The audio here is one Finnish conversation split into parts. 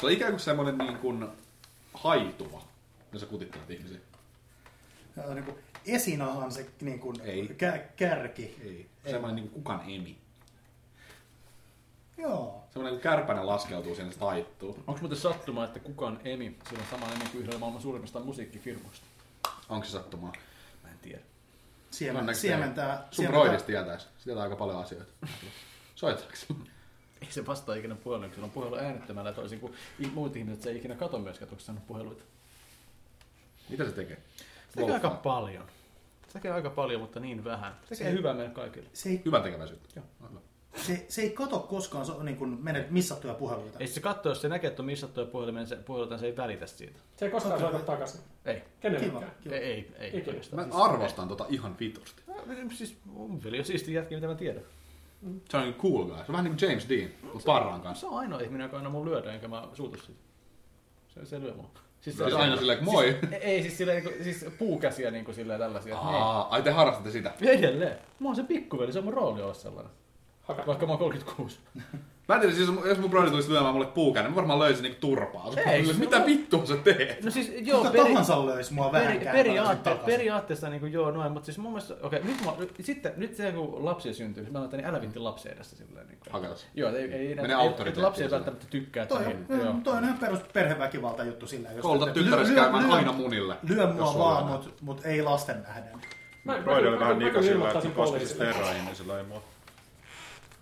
Se on ikään kuin semmoinen niin kuin haituma, jos sä kutittelet ihmisiä. Ää, Niin kuin, esinahan se niin kuin, Ei. kä- kärki. Ei. Semmoinen niin kuin kukan emi. Joo. Semmoinen kun kärpänen laskeutuu sinne, se taittuu. Onko muuten sattuma, että kukaan emi, sillä on sama emi kuin yhdellä maailman suurimmista musiikkifirmoista? Onko se sattumaa? Mä en tiedä. Siemen, Onneksi ei. siementää. Sun siementää- broidista tietäis. Se tietää aika paljon asioita. Soitaks? Ei se vastaa ikinä puheluun, kun sillä on puhelu äänettömällä toisin kuin i- muut ihmiset, se ei ikinä kato myöskään, että onko se saanut puheluita. Mitä se tekee? Se tekee aika Golfaa. paljon. Se tekee aika paljon, mutta niin vähän. Se tekee Se- hyvää meille kaikille. Se ei, Hyvän tekeväisyyttä. Joo. Aivan. se, se ei kato koskaan so, niin kuin, menet missattuja puheluita. Ei se katso, jos se näkee, että on missattuja puhelimeen, se, puhelutaan, se ei välitä siitä. Se ei koskaan soita takaisin. Ei, Kiva, Kenellekään. kiva. ei, ei, ei Ikinä. todesta. Mä arvostan tota ihan vitusti. Mä- Siis mun veli on siisti jätkä, mitä mä tiedän. Se on niin cool guy. Se on vähän niin kuin James Dean, mutta parran kanssa. Se on ainoa ihminen, joka aina mun lyödä, enkä mä suutu siitä. Se, se lyö mua. Siis, Siis aina silleen, että moi. Siis, ei, siis, silleen, niin kuin, siis puukäsiä niin kuin, silleen tällaisia. Aa, ai te harrastatte sitä. Ei. Edelleen. Mä oon se pikkuveli, se on mun rooli olla sellainen. Haka. Vaikka mä oon 36. Mä en tiedä, siis jos mun brodi tulisi lyömään mulle puukään, niin mä varmaan löysin niinku turpaa. Ei, Ei, se- mitä vittua sä teet? No siis Kuka joo, tahansa löisi mua peri, vähän periaatte, periaatteessa niin kuin, joo noin, mutta siis mun mielestä, okei, nyt, mä, nyt, sitten, nyt se kun lapsia syntyy, niin mä laitan, niin älä vintti lapsia edessä silleen. Niin kuin, Hakelas. Joo, ei, ei, Mene ei, ei auktoriteettiin lapsi ei silleen. välttämättä tykkää. Toi, tai- on- joo. toi on ihan perus perheväkivalta juttu sillä. jos- Kouluta että ly- tyttäresi lyö- käymään lyö- aina munille. Lyö jos mua ollaan vaan, näin. mutta mut ei lasten nähden. Mä, Broidi oli vähän kyllä nika sillä, että ilmoittaisin kun koskisi poliisille. terroihin, niin se löi mua.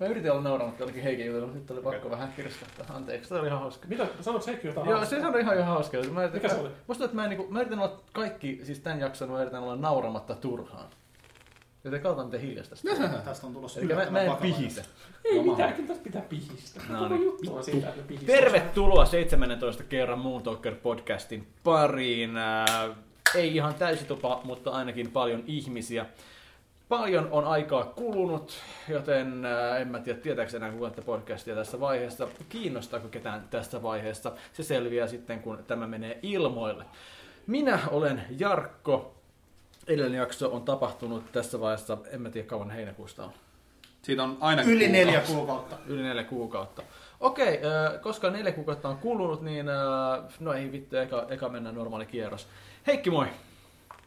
Mä yritin olla nauramatta jollekin Heikin jutulle, mutta nyt oli pakko vähän kirskahtaa. Anteeksi, tämä oli ihan hauska. Mitä? Sanoit sekin jotain Joo, hauskaa? se on ihan ihan hauska. juttu. Mä, Mikä se oli? Musta tuntuu, että mä, en, niinku, mä yritän olla kaikki, siis tämän jakson mä yritän olla nauramatta turhaan. Joten katsotaan miten hiljasta sitä. on. Tästä on tulossa Elikkä mä, mä en vakava pihitä. Ei Jumala. mitään, kyllä tästä pitää pihistä. No Koko niin. juttu on siitä, että pihistä. Tervetuloa 17 kerran Moon Talker podcastin pariin. Ää, ei ihan täysi tupa, mutta ainakin paljon ihmisiä. Paljon on aikaa kulunut, joten ää, en mä tiedä tietääks enää kukaan tätä podcastia tässä vaiheessa. Kiinnostaako ketään tässä vaiheessa? Se selviää sitten, kun tämä menee ilmoille. Minä olen Jarkko. Edellinen jakso on tapahtunut tässä vaiheessa, en mä tiedä kauan heinäkuusta on. Siitä on aina Yli neljä kuukautta. Yli neljä kuukautta. Okei, ö, koska neljä kuukautta on kulunut, niin ö, no ei vittu, eka, eka mennä normaali kierros. Heikki moi,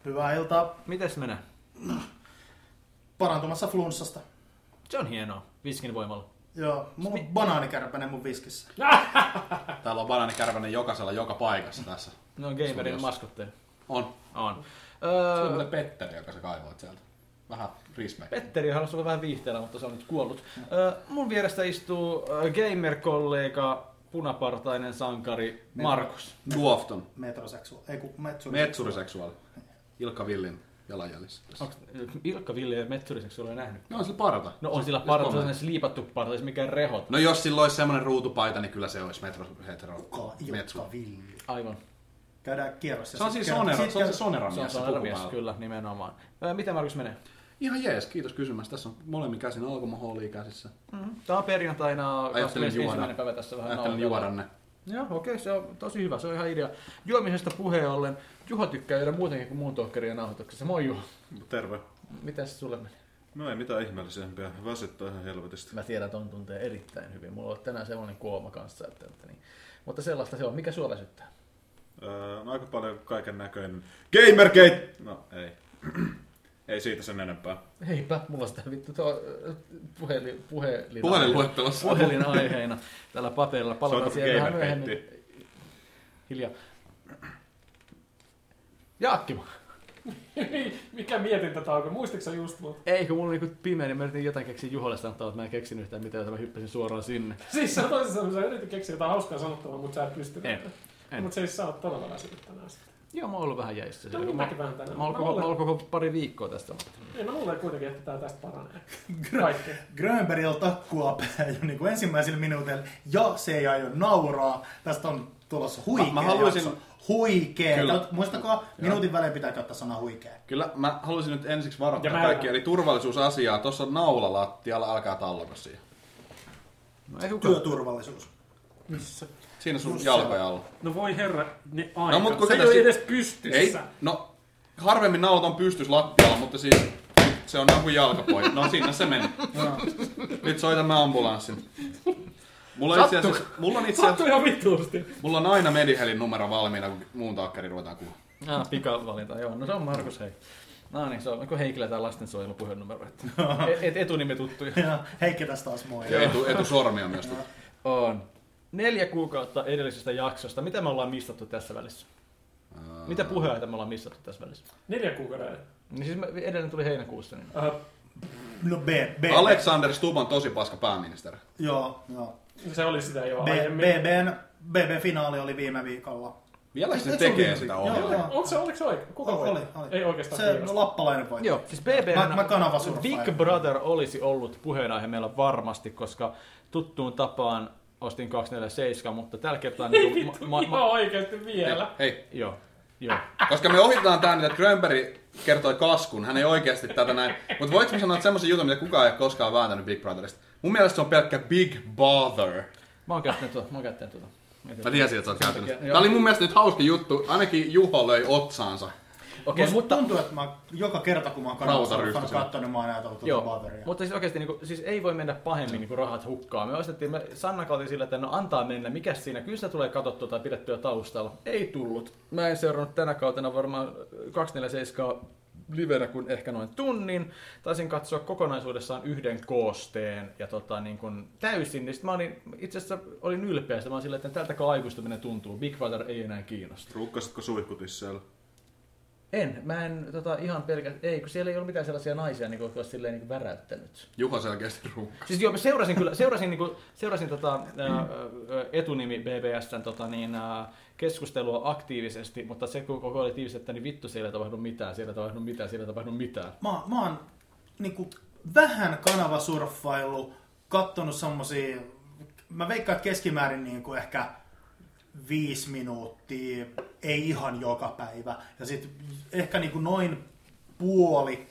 Hyvää iltaa. mites menee? Parantumassa flunssasta. Se on hienoa, viskin voimalla. Joo, mulla on banaanikärpänen mun viskissä. Täällä on banaanikärpänen jokaisella joka paikassa tässä. Ne on Se on gamerin jos- maskotteja. On. On. Se on Öö, muuten Petteri, joka sä kaivoit sieltä. Vähän risme. Petteri halusi olla vähän viihteellä, mutta se on nyt kuollut. Öö, mun vierestä istuu ö, gamer-kollega, punapartainen sankari Markus. Duofton. Metroseksuaali. Ei kun metsuri. Metsuriseksuaali. Ilkka Villin jalanjäljissä. Onko äh, Ilkka Ville ja Metsuriseksi ole nähnyt? No on sillä parta. No on sillä Jos parta, kolme. sellainen liipattu parta, ei se mikään rehot. No jos sillä olisi semmoinen ruutupaita, niin kyllä se olisi metro, hetero, Kuka? metsu. Ilkka Villi. Aivan. Käydään kierros. ja Se on sit siis kerrotaan- Sonera, sit se on se kerrotaan- Sonera Se on mies. se sanaramies, pukupäivä. kyllä, nimenomaan. Öö, Miten Markus menee? Ihan jees, kiitos kysymästä. Tässä on molemmin käsin alkoholi käsissä. Tämä on perjantaina Ajattelin 21. juoda. päivä tässä vähän Ajattelin nauhoitetaan. juoda ne. Joo, okei, se on tosi hyvä, se on ihan idea. Juomisesta puheen ollen, Juho tykkää juoda muutenkin kuin muun tohkerien nauhoituksessa. Moi Juho, Terve. mitäs sulle meni? No ei mitään ihmeellisempiä. Väsyttää ihan helvetisti. Mä tiedän, että on tuntee erittäin hyvin. Mulla on tänään sellainen kuoma kanssa, että, että niin. Mutta sellaista se on. Mikä sua väsyttää? Öö, no aika paljon kaiken näköinen. Gamergate! No ei. ei siitä sen enempää. Eipä, mulla sitä vittu tuo puhelin, puhelin, Puhelinluettelossa. puhelin aiheena tällä paperilla. Palataan Soitapa siihen vähän myöhemmin. Gamergateen. Hiljaa. Jaakki, Mikä mietintätauko? Muistitko sä just mut? Ei, kun mulla oli niinku pimeä, niin mä yritin jotain keksiä Juholle sanoa, mutta mä en keksinyt yhtään mitään, joten mä hyppäsin suoraan sinne. Siis sä toisin sanoen, sä yritit keksiä jotain hauskaa sanottavaa, mutta sä et pystynyt. En. en. Mutta siis sä oot todella väsynyt tänään. sitten. Joo, mä oon ollut vähän jäissä. No Mä, mä, minäkin vähän tänään. mä oon luulen- ollut- mä oon ollut koko pari viikkoa tästä. Ei, mä luulen kuitenkin, että tää tästä paranee. Kaikki. Grönbergillä takkua pää jo niin kuin ensimmäisillä minuuteilla. Ja se ei aio nauraa. Tästä on tulossa huikea Mä- mä haluaisin- jakso. Huikea. Kyllä. Kyllä. Muistakaa, minuutin välein pitää käyttää sanaa huikea. Kyllä mä haluaisin nyt ensiksi Ja varoittaa mä- kaikki, eli turvallisuusasiaa. Tuossa on naula lattialla, älkää talloko siihen. No, ei kukaan. Työturvallisuus. Missä? Siinä sun Just jalkoja siellä. alla. No voi herra, ne aika. mut kun se ei ketä ole si- edes pystyssä. Ei, no harvemmin naulat on pystys lattialla, mutta siis se on No. joku jalkapoika. No sinne se meni. Nyt soitamme ambulanssin. Mulla, itse asiassa, mulla, on itse Sattuu asiassa, ihan vituusti. mulla on aina Medihelin numero valmiina, kun muun taakkari ruvetaan kuulemaan. Ah, pikavalinta, joo. No se on Markus, hei. No niin, se on, kun Heikillä tämä lastensuojelupuheen numero, että E-, et, et, etunimi tuttuja. Ja Heikki tässä taas moi. Ja etu, etusormi on myös tuttu. On. Neljä kuukautta edellisestä jaksosta. Mitä me ollaan missattu tässä välissä? Mitä puheita me ollaan missattu tässä välissä? Neljän kuukauden. Niin siis me, edellinen tuli heinäkuussa. Niin... Äh, No B, B. Alexander Stubb on tosi paska pääministeri. Joo, joo. se oli sitä jo B, aiemmin. BBn, BB-finaali oli viime viikolla. Vieläkö se Eikö se tekee ole sitä viime- ohjelmaa? Joo, joo. Onko se, oliko se oikein? Kuka Oli, oli, voitti? Ei oikeastaan Se kiinnosta. lappalainen voitti. Joo, siis BB Mä- mä kanavasurffaan. Big Brother olisi ollut puheenaihe meillä varmasti, koska tuttuun tapaan ostin 247, mutta tällä kertaa... Ei niinku vittu, ihan oikeasti vielä. Hei, hei, joo, joo. koska me ohitaan tämän, että Grönberg kertoi kaskun, hän ei oikeasti tätä näin. Mutta voiko mä sanoa että semmoisen jutun, mitä kukaan ei ole koskaan vääntänyt Big Brotherista? Mun mielestä se on pelkkä Big Bother. Mä oon käyttänyt tuota, mä oon käyttänyt tuota. Mä tiesin, että sä oot käyttänyt. takia, sitä. joo. Tää oli mun mielestä nyt hauska juttu. Ainakin Juho löi otsaansa. Okei, Musta mutta... tuntuu, että mä joka kerta kun mä oon Rautaryhmä kanavasurffaan siellä. kattonut, mä oon ajatellut tuota Joo, bateria. mutta siis oikeasti niin kuin, siis ei voi mennä pahemmin niin kuin rahat hukkaan. Me ostettiin, me Sanna oli sillä, että no antaa mennä, mikä siinä, kyllä sitä tulee katsottua tai pidettyä taustalla. Ei tullut. Mä en seurannut tänä kautena varmaan 247 livenä kuin ehkä noin tunnin. Taisin katsoa kokonaisuudessaan yhden koosteen ja tota, niin kuin täysin. Niin sit mä olin, itse asiassa olin ylpeä, sitä mä olin sillä, että tältä aikuistuminen tuntuu. Big Brother ei enää kiinnosta. Rukkasitko suihkutisseellä? En, mä en tota, ihan pelkästään, ei, kun siellä ei ollut mitään sellaisia naisia, niin kuin, jotka olisi silleen niin kuin väräyttänyt. Juho selkeästi runkka. Siis joo, mä seurasin kyllä, seurasin, niinku, seurasin tota, ää, ää, etunimi BBSn tota, niin, ää, keskustelua aktiivisesti, mutta se kun koko oli tiivistettä, niin vittu siellä ei tapahdu mitään, siellä ei tapahdu mitään, siellä ei tapahdu mitään. mä, mä oon niinku vähän kanavasurffailu, kattonut semmosia, mä veikkaan, että keskimäärin niinku ehkä viisi minuuttia, ei ihan joka päivä. Ja sit ehkä niinku noin puoli,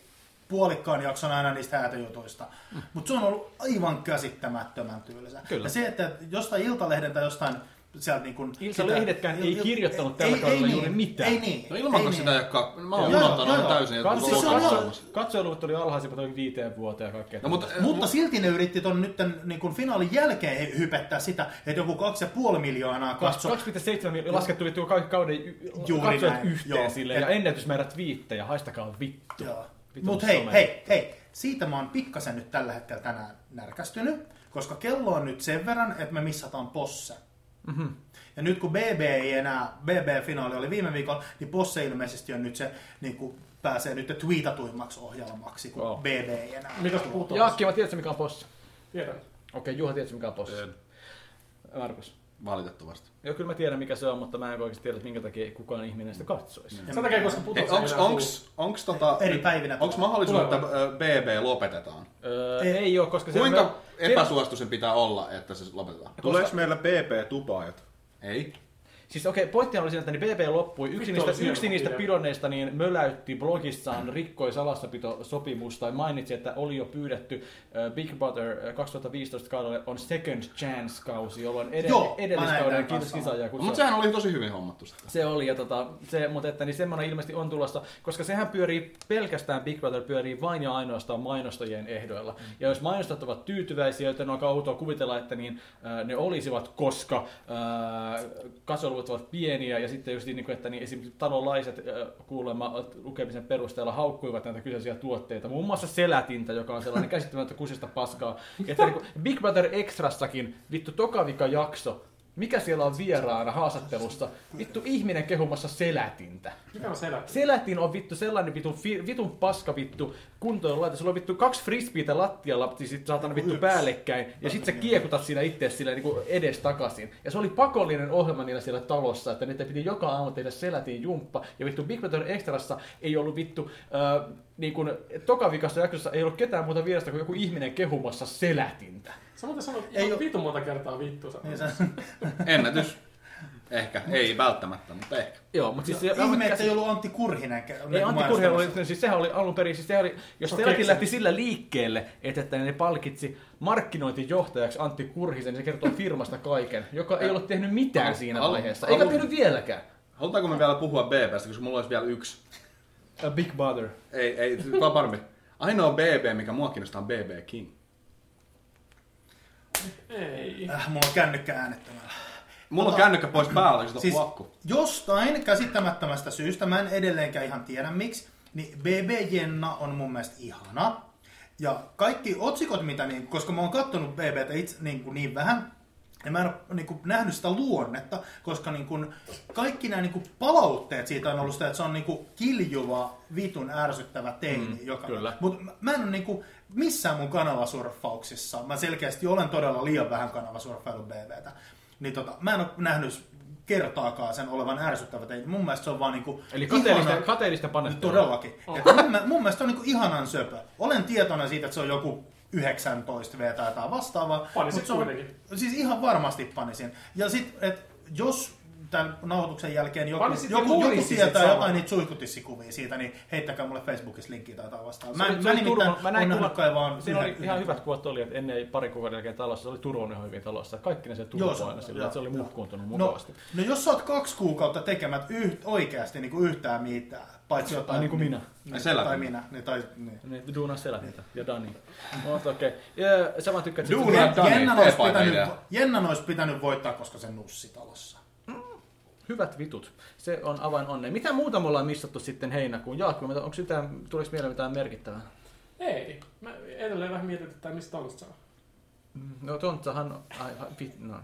puolikkaan jakson aina niistä häätöjutuista. Mm. Mutta se on ollut aivan käsittämättömän tylsä. Kyllä. Ja se, että jostain Iltalehden tai jostain sieltä niin kuin... Iltalehdetkään ei kirjoittanut tällä kaudella juuri mitään. Ei niin. No ilmanko ei sitä ei ole ka... Mä oon Joo, joo, unohtanut joo. ihan täysin, että Katso, siis se on katsomassa. ollut- Katsojaluvut oli alhaisimmat noin viiteen vuoteen ja kaikkea. No, mutta, Mutta silti ne yritti ton nyt tän, niin kun finaalin jälkeen he- hypettää sitä, että joku 2,5 miljoonaa Katso. katso. 2,7 miljoonaa laskettu vittu kaikki kauden y- Juuri katsojat näin, yhteen joo. silleen, ja Et- ennätysmäärät viittejä, haistakaa vittu. Vitun Mutta hei, some. hei, hei, siitä mä oon pikkasen nyt tällä hetkellä tänään närkästynyt, koska kello on nyt sen verran, että me missataan posse. Mhm. Ja nyt kun BB ei enää, BB-finaali oli viime viikolla, niin Posse ilmeisesti on nyt se, niin kuin pääsee nyt twiitatuimmaksi ohjelmaksi, kun Joo. BB ei enää. Mitäs putosi? Jaakki, mä tiedätkö mikä on possa? Tiedän. Okei, Juha, tiedätkö mikä on possa? En. Markus. Valitettavasti. Joo, kyllä mä tiedän mikä se on, mutta mä en oikeasti tiedä, että minkä takia kukaan ihminen sitä katsoisi. Sen takia, koska putosi. Hei, onks, onks, onks, tota, Eri päivinä. onks mahdollisuus, että Tuleva. ö, BB lopetetaan? Öö, Ei. ei, ei ole, koska se Kuinka epäsuostu sen pitää olla, että se lopetetaan? Tuleeko meillä PP-tupaajat? Ei. Siis okei, okay, pointti oli siinä, että niin BB loppui. Yksi Vittu, niistä, olisi hieno yksi niistä idea. pidonneista niin möläytti blogissaan, rikkoi salassapitosopimusta ja mainitsi, että oli jo pyydetty äh, Big Brother äh, 2015 kaudelle on second chance kausi, jolloin edell- Joo, mä näin edelliskauden tän kiitos kanssa. kisaajaa. Mutta sehän oli tosi hyvin hommattu sitten. Se oli, ja tota, se, mutta että, niin semmoinen ilmeisesti on tulossa, koska sehän pyörii pelkästään, Big Brother pyörii vain ja ainoastaan mainostajien ehdoilla. Ja jos mainostajat ovat tyytyväisiä, joten on aika outoa kuvitella, että niin, äh, ne olisivat, koska äh, kasoluvut ovat pieniä, ja sitten just niin, kuin, että niin esimerkiksi talolaiset äh, kuulemma lukemisen perusteella haukkuivat näitä kyseisiä tuotteita, muun muassa selätintä, joka on sellainen käsittämättä kusista paskaa. Että niin kuin Big Brother Extrassakin, vittu tokavika jakso, mikä siellä on vieraana haastattelussa? Vittu ihminen kehumassa selätintä. Mikä on selät? Selätin on vittu sellainen vitun, fi- vitun paska vittu kuntoon laite. Sulla on vittu kaksi frisbeitä lattialla, siis sit saatana vittu päällekkäin. Ja sit sä kiekutat siinä itse sillä niinku edes takaisin. Ja se oli pakollinen ohjelma niillä siellä talossa, että niitä piti joka aamu tehdä selätin jumppa. Ja vittu Big Brother Extrassa ei ollut vittu... Öö, niin kun, tokavikassa jaksossa ei ollut ketään muuta vierestä kuin joku ihminen kehumassa selätintä. Sä muuten sanoit Ei oo- vitun monta kertaa vittu. sä- Niin se, Siis Ennätys. Ehkä. Ei välttämättä, mutta ehkä. Joo, mutta siis... se- ihme, että ei ollut Antti Kurhinen. kä- Ei, niinku Antti Kurhinen oli, mainostamassa. no siis sehän oli alun perin, siis sehän oli, jos Se on Telakin keksinyt. lähti sillä liikkeelle, että, että ne palkitsi markkinointijohtajaksi Antti Kurhisen, niin se kertoo firmasta kaiken, joka ei ole tehnyt mitään siinä Halu- vaiheessa, halu- eikä tehnyt vieläkään. Halutaanko me vielä puhua BBstä, koska mulla olisi vielä yksi. A big brother. Ei, ei, vaan parempi. Ainoa BB, mikä mua kiinnostaa, on BB King. Ei. Äh, mulla on kännykkä äänettömällä. Mulla on Ota- kännykkä pois päällä, kun Siis siis... akku. jostain käsittämättömästä syystä, mä en edelleenkään ihan tiedä miksi, niin BB Jenna on mun mielestä ihana. Ja kaikki otsikot, mitä, niin, koska mä oon kattonut BBtä itse niin, kuin niin vähän, ja mä en ole niin kuin, nähnyt sitä luonnetta, koska niin kuin, kaikki nämä niin kuin, palautteet siitä on ollut sitä, että se on niin kuin, kiljuva, vitun ärsyttävä teini. Mm, joka, kyllä. Mutta mä en ole niin kuin, missään mun kanavasurffauksissa, mä selkeästi olen todella liian vähän kanavasurffailu BBtä, niin tota, mä en ole nähnyt kertaakaan sen olevan ärsyttävä teini. Mun mielestä se on vaan niin kuin, Eli kateellista, ihana- kateellista panettelua. Todellakin. Oh. Et mun, mä- mun mielestä se on niinku ihanan söpö. Olen tietoinen siitä, että se on joku 19 V tai jotain vastaavaa. Panisit mut se on- kuitenkin. Siis ihan varmasti panisin. Ja sit, et jos tämän nauhoituksen jälkeen joku, Panisit ja joku, joku murisit sit tietää samalla. jotain niitä suihkutissikuvia siitä, niin heittäkää mulle Facebookissa linkkiä tai jotain vastaavaa. Mä, Se en- oli- se mä oli nimittäin Turun- mä näin näin kuva- nähnyt kai vaan Siinä oli yhden- ihan yhden. hyvät kuvat oli, että ennen pari kuukauden jälkeen talossa, se oli Turunen hyvin talossa. Kaikki ne se Joo, se- Turun aina sillä, joo, että se oli joo. muhkuuntunut No, mukavasti. no jos sä oot kaksi kuukautta tekemät yht, oikeasti niin kuin yhtään mitään, paitsi jotain... Tai niin kuin minä. Niin, Selä- tai minä. Niin, tai, niin. Niin, duunaa selät niitä. Ja Dani. Mm. Mutta okei. Ja Sä vaan tykkäät Duuna- siitä- Tule, Dani, Jennan olisi, epäilee. pitänyt, Jennan olisi pitänyt voittaa, koska se nussi talossa. Hyvät vitut. Se on avain onneen. Mitä muuta me ollaan missattu sitten heinäkuun? Jaakko, mitä- onko yhtään, tuliko mieleen mitään merkittävää? Ei. Mä edelleen vähän mietin, että mistä on sanoo. No Tontsahan... Ai, ai, vit, no.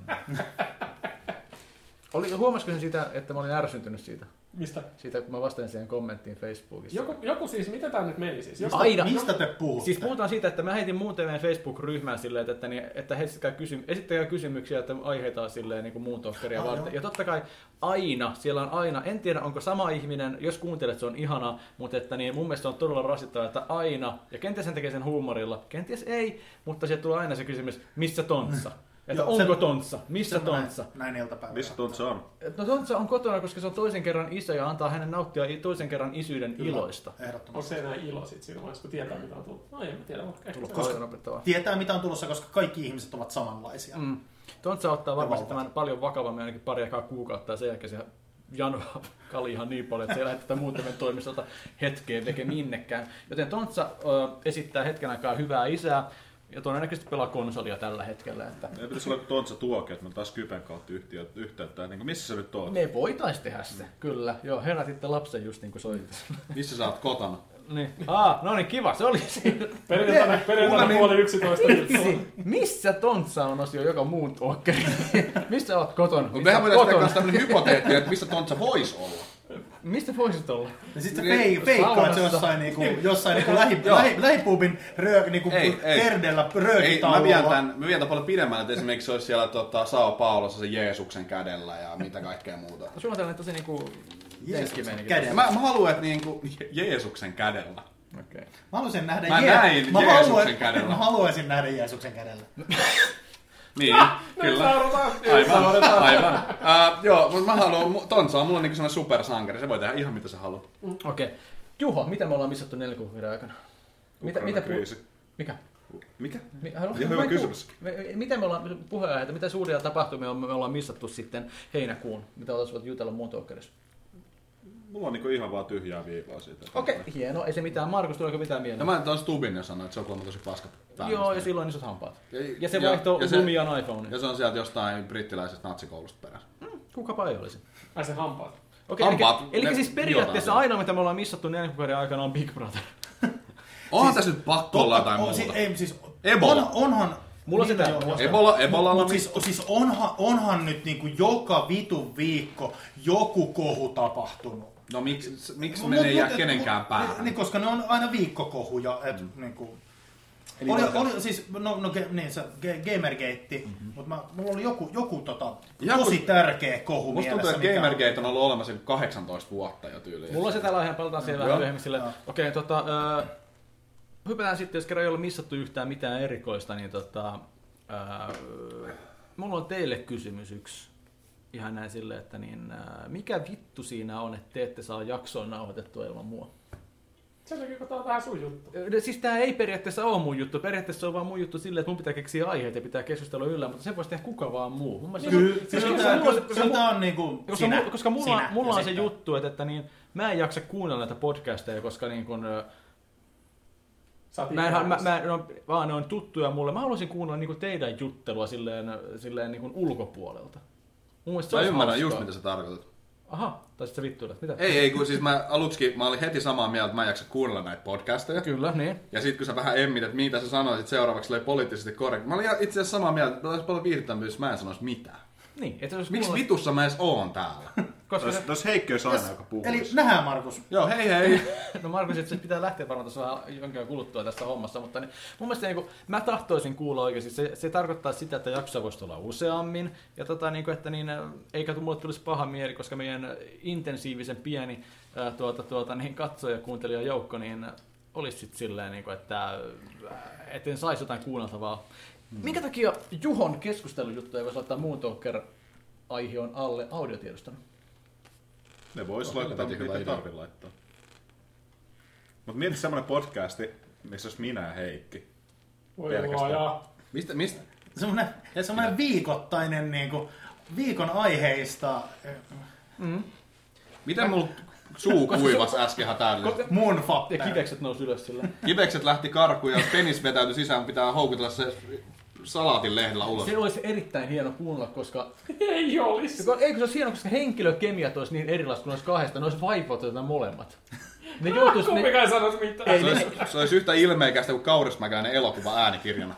Oli, huomasiko sen sitä, että mä olin ärsyntynyt siitä, Mistä? siitä kun mä vastasin siihen kommenttiin Facebookissa? Joku, joku siis, mitä tää nyt meni siis? Joku, Aina. Mistä te puhutte? Siis puhutaan siitä, että mä heitin muun meidän Facebook-ryhmään silleen, että, että, niin, että heittäkää kysym- esittäkää kysymyksiä, että aiheita on silleen niin muun tohkeria Ai varten. joo. Ja totta kai aina, siellä on aina, en tiedä onko sama ihminen, jos kuuntelet se on ihana, mutta että niin mun mielestä se on todella rasittavaa, että aina, ja kenties sen tekee sen huumorilla, kenties ei, mutta sieltä tulee aina se kysymys, missä tontsa? Että Mm. Joo, se- onko tontsa? Missä tontsa? Näin, näin iltapäivällä. Missä Tontsa on? No tontsa on kotona, koska se on toisen kerran isä ja antaa hänen nauttia i- toisen kerran isyyden Kyllä, iloista. Onko Ehdottomasti. se enää ilo sit siinä vaiheessa, kun tietää mitä on tullut? No ei, mä tiedä. Ehkä Tullut se- Koska- koiran opettavaa. Tietää mitä on tulossa, koska kaikki ihmiset ovat samanlaisia. Mm. Mm. Tontsa ottaa varmasti Ja tämän paljon vakavammin ainakin pari ekaa kuukautta ja sen jälkeen se janoa kali ihan niin paljon, että se ei lähde tätä muuten toimistolta hetkeen veke minnekään. Joten Tontsa ö, esittää hetken aikaa hyvää isää ja todennäköisesti pelaa konsolia tällä hetkellä. Että Ei pitäisi olla Tontsa tuoke, että mä taas Kypen kautta yhtiö, yhteyttää. Niin kuin, missä sä nyt oot? me voitais tehdä Mm. sitä. Kyllä, joo, herätitte lapsen just niin kuin soitit. Missä sä oot kotona? niin. Aa, no niin kiva, se oli siinä. Perjantaina, Mulla perjantaina niin- puoli yksitoista. Niin. juttua. Missä Tontsa on osio joka muun tuokkeri? Missä oot kotona? Mutta Missä mehän voidaan oot tehdä myös kotona? tämmönen hypoteetti, että missä Tontsa voisi olla. Mistä voisit olla? Ja sitten Niin, fei, feikkaat saunassa. se jossain, niinku, jossain niinku lähi, Joo. lähi, lähipuubin röö, niinku, Ei, ei. terdellä Ei, mä vien, röökitaululla. tämän, mä vien tämän paljon pidemmälle, että esimerkiksi se olisi siellä tota, Sao Paulossa se Jeesuksen kädellä ja mitä kaikkea muuta. No, Sulla on tällainen tosi niinku... jenkkimeininki. Ja kädellä. mä, mä haluan, että niinku, Je- Jeesuksen kädellä. Okei. Mä haluaisin nähdä Mä Je- näin mä Jeesuksen haluaisin- kädellä. Mä haluaisin nähdä Jeesuksen kädellä. Niin, Ah, no kyllä. Aivan. Aivan, aivan. Uh, joo, mutta mä haluan, mu- Tontsa on mulla niinku sellainen supersankari, se voi tehdä ihan mitä sä haluat. Okei. Juho, mitä me ollaan missattu neljän kuukauden aikana? Mitä, mitä pu- kriisi. Mikä? Mikä? Mi- haluan- Ja hyvä mä en kuul- kysymys. Me- Mitä me ollaan puheenaiheita, mitä suuria tapahtumia on- me ollaan missattu sitten heinäkuun, mitä oltaisiin voitu jutella muun talkerissa? Mulla on niinku ihan vaan tyhjää viivaa siitä. Okei, hieno, ei se mitään. Markus, tuleeko mitään Ja mieleen? No mä en tuon Stubin jo sanoa, että se on kuulemma tosi paska Joo, pääministeri. ja silloin isot hampaat. Ja- Ja se ja- vaihtoo ja se- lumiaan iPhoneen. Ja se on sieltä jostain brittiläisestä natsikoulusta perässä. Kukapa ei olisi. Ai se hampaat. Okei, eli, Hampaat, eli ne siis periaatteessa niotaan. ainoa, mitä me ollaan missattu neljän kuukauden aikana on Big Brother. Onhan Siis tässä nyt pakko olla jotain on, siis, muuta. ei, siis, Ebola. On, onhan... Mulla on sitä. joo, vastaan. Ebola- Ebolalla Mut siis, siis onhan, onhan nyt niinku joka vitun viikko joku kohu tapahtunut. No miksi, miksi Mut- me ei mut- jää mut- kenenkään mut- päähän? Niin, koska ne on aina viikkokohuja. Et, mm. niinku, Eli oli, tota- oli, siis, no, no ge- niin, se ge- Gamergate, Mhm. mm-hmm. mutta mä, mulla oli joku, joku tota, Joku- tosi tärkeä Musta kohu tuntuu, mielessä. että mikä- Gamergate on ollut olemassa joku 18 vuotta jo tyyliin. Mulla on se täällä aiheena, palataan siihen vähän Joo. myöhemmin sille. Joo. Okei, tota, ö, hypätään sitten, jos kerran ei ole missattu yhtään mitään erikoista, niin tota, ö, mulla on teille kysymys yksi. Ihan näin silleen, että niin, ö, mikä vittu siinä on, että te ette saa jaksoa nauhoitettua ilman mua? Sen takia, kun tää on vähän sun juttu. Ö, Siis tää ei periaatteessa ole mun juttu. Periaatteessa se on vaan mun juttu silleen, että mun pitää keksiä aiheita ja pitää keskustella yllä, mutta sen voisi tehdä kuka vaan muu. Mun mielestä se on- Niin, Kyllä, se on- kyllä, se Siis on- tää- se on- kyllä, kyllä tää on niinku koska, sinä, mu- koska mulla, sinä mulla ja on se sitten- juttu, että, että niin, mä en jaksa kuunnella näitä podcasteja, koska niin kun, ö, Sä oot Mä en, ha- mä, ikävässä. mä, ne on, vaan ne on tuttuja mulle. Mä haluaisin kuunnella niinku teidän juttelua silleen, silleen niinku ulkopuolelta. Mun mielestä se Mä olisi ymmärrän hauskaa. just mitä sä tarkoitat. Aha, tai sit sä vittuilet. Mitä? Ei, ei, kun siis mä aluksi mä olin heti samaa mieltä, että mä en jaksa kuunnella näitä podcasteja. Kyllä, niin. Ja sitten kun sä vähän emmit, että mitä sä sanoisit seuraavaksi, oli poliittisesti korrekti. Mä olin ihan itse asiassa samaa mieltä, että olisi paljon viihdyttämpi, jos mä en sanoisi mitään. Niin, että jos Miksi kuunnella- vitussa mä edes oon täällä? Koska Tässä se, tässä heikkeys aina, joka puhuu. Eli nähdään Markus. Joo, hei hei. no Markus, että se pitää lähteä varmaan tässä vähän jonkin ajan kuluttua tästä hommasta, mutta niin, mun mielestä niin kuin, mä tahtoisin kuulla oikeasti. Se, se tarkoittaa sitä, että jaksoa voisi tulla useammin, ja tota, niin kuin, että niin, äh, eikä tu- mulle tulisi paha mieli, koska meidän intensiivisen pieni äh, tuota, tuota, niin katsoja kuuntelija joukko, niin äh, olisi sitten silleen, niin kuin, että äh, etten saisi jotain kuunneltavaa. Minkä takia Juhon keskustelujuttuja voisi laittaa muun talker aiheon alle audiotiedostona? Ne vois No, laittaa, helvetin mitä hyvä idea. tarvii laittaa. Mut mieti semmonen podcasti, missä olisi minä ja Heikki. Voi pelkästään. luoja. Mistä, mistä? Semmoinen, semmoinen viikoittainen niin kuin, viikon aiheista eh, Miten mulla suu kuivas äsken hätäillä? mun Ja fappeen. kivekset nousi ylös sillä. Kivekset lähti karkuun ja penis vetäytyi sisään, pitää houkutella se salaatin lehdellä ulos. Se olisi erittäin hieno kuunnella, koska... Ei olisi. Ei kun se olisi hieno, koska henkilökemiat olisi niin erilaiset, kun olisi kahdesta, ne olisi vaivoitetaan nämä molemmat. Ne joutuisi... Ne... Kumpikaan sanot mitään. Ei, Se olisi, se olisi yhtä ilmeikästä kuin Kaurismäkäläinen elokuva äänikirjana.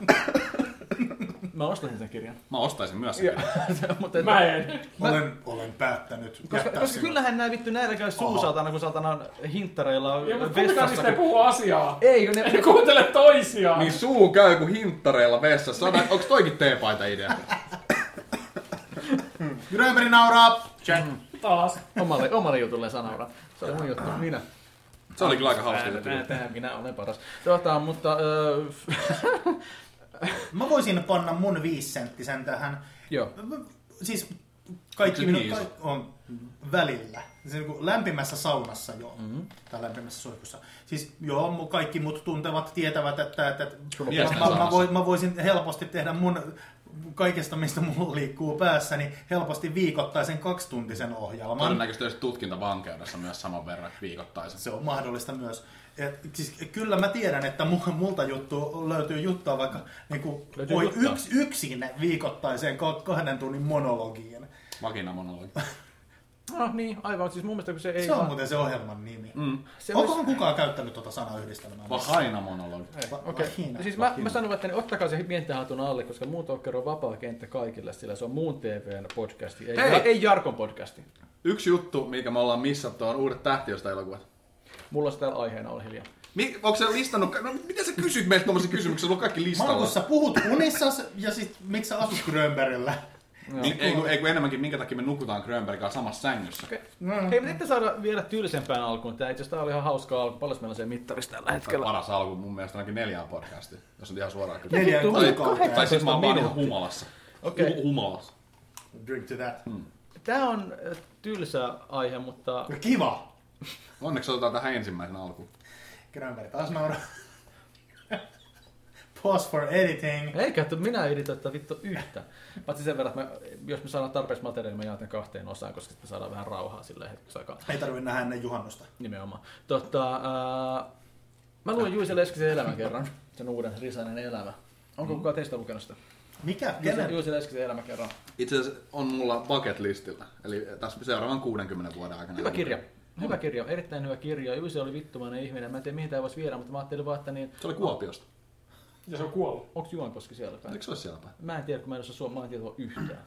Mä ostaisin sen kirjan. Mä ostaisin myös. sen. Mutta et... Mä en. Olen, olen päättänyt Koska, jättää koska sinut. kyllähän nämä vittu näillä käy suusaatana, kun saatana hinttareilla on Ja mutta kumpikaan vessassa. niistä ei kun- puhu asiaa. Ei, kun ne... Ne kuuntele toisiaan. Niin suu käy kuin hinttareilla vessassa. Sana, onks toikin teepaita idea? Grönberg nauraa. Check. Mm. Taas. Omalle, omalle jutulle sanauraa. Se oli mun juttu, minä. Se oli kyllä aika hauska juttu. Tänään, tänään minä olen paras. Tuota, mutta... Öö, Mä voisin panna mun viisenttisen tähän. joo. Siis Onko se kaikki minun niin ka- on välillä. Siis niin kuin lämpimässä saunassa joo. Mm-hmm. Tai lämpimässä suihkussa. Siis joo, mu- kaikki mut tuntevat, tietävät, että, että, että Sulla on miestä mä, mä, saunassa. voin, mä voisin helposti tehdä mun kaikesta, mistä mulla liikkuu päässä, niin helposti viikoittaisen kakstuntisen ohjelman. Todennäköisesti olisi tutkintavankeudessa myös saman verran viikoittaisen. Se on mahdollista myös. Et, siis, kyllä mä tiedän, että mu- multa juttu löytyy juttua vaikka niin kuin, Löytyy voi juttua. yks, yksin viikoittaiseen ko- kahden tunnin monologiin. Vakina monologi. No niin, aivan. Siis mun mielestä kun se ei... se on muuten se ohjelman nimi. Mm. se olisi- Onkohan kukaan käyttänyt tuota sanaa yhdistelmää? Vakaina monologi. Va- Okei. vahina. Siis mä, mä sanon, että niin ottakaa se mientähatun alle, koska muun Talker on vapaa kenttä kaikille, sillä se on muun TVn podcasti, ei, Hei! ei Jarkon podcasti. Yksi juttu, mikä me ollaan missattu, on uudet tähtiöstä elokuvat. Mulla on se täällä aiheena, ole hiljaa. Mi- onko se listannut? ka- No, miten sä kysyt meiltä tuommoisia kysymyksiä? Sulla on kaikki listalla. Markus, sä puhut unissas ja sit miksi sä asut Grönbergillä? Niin, ei, kun, ei kun enemmänkin, minkä takia me nukutaan Grönbergin kanssa samassa sängyssä. Okay. Mm. Hei, mutta ette saada vielä tylsempään alkuun. Tää itse asiassa tää oli ihan hauskaa alku. Paljon meillä on se mittarissa tällä Tämä on hetkellä? paras alku mun mielestä ainakin neljään podcastiin, jos on ihan suoraan kysymys. Neljä Vittu, kuukautta. Tai siis mä oon vaan ihan minuuttia. humalassa. Okei. Hu- Humalassa. Drink to that. Tää on äh, tylsä aihe, mutta Kiva. Onneksi otetaan tähän ensimmäisen alkuun. Grönberg taas nauraa. Pause for editing. eikä, että minä editoin tätä vittu yhtä. Paitsi sen verran, että mä, jos me saadaan tarpeeksi materiaalia, mä jaan tän kahteen osaan, koska sitten me saadaan vähän rauhaa sille hetkeksi aikaa. Ei tarvi nähdä ennen juhannusta. Nimenomaan. Totta, ää, mä luin Juise Leskisen elämän kerran, sen uuden Risanen elämä. Onko mm. kukaan teistä lukenut sitä? Mikä? Juise, Kenen? Juise Leskisen elämä kerran. Itse asiassa on mulla bucket listillä, eli tässä seuraavan 60 vuoden aikana. Hyvä kirja. Hyvä kirja, erittäin hyvä kirja. Juise oli vittumainen ihminen. Mä en tiedä mihin tämä voisi viedä, mutta mä ajattelin vaan, että niin, Se oli Kuopiosta. Ja se on kuollut. onko Juonkoski siellä päin? Eikö se ole siellä päin? Mun Mä en tiedä, kun mä en osaa suomea, mä en tiedä tuolla yhtään.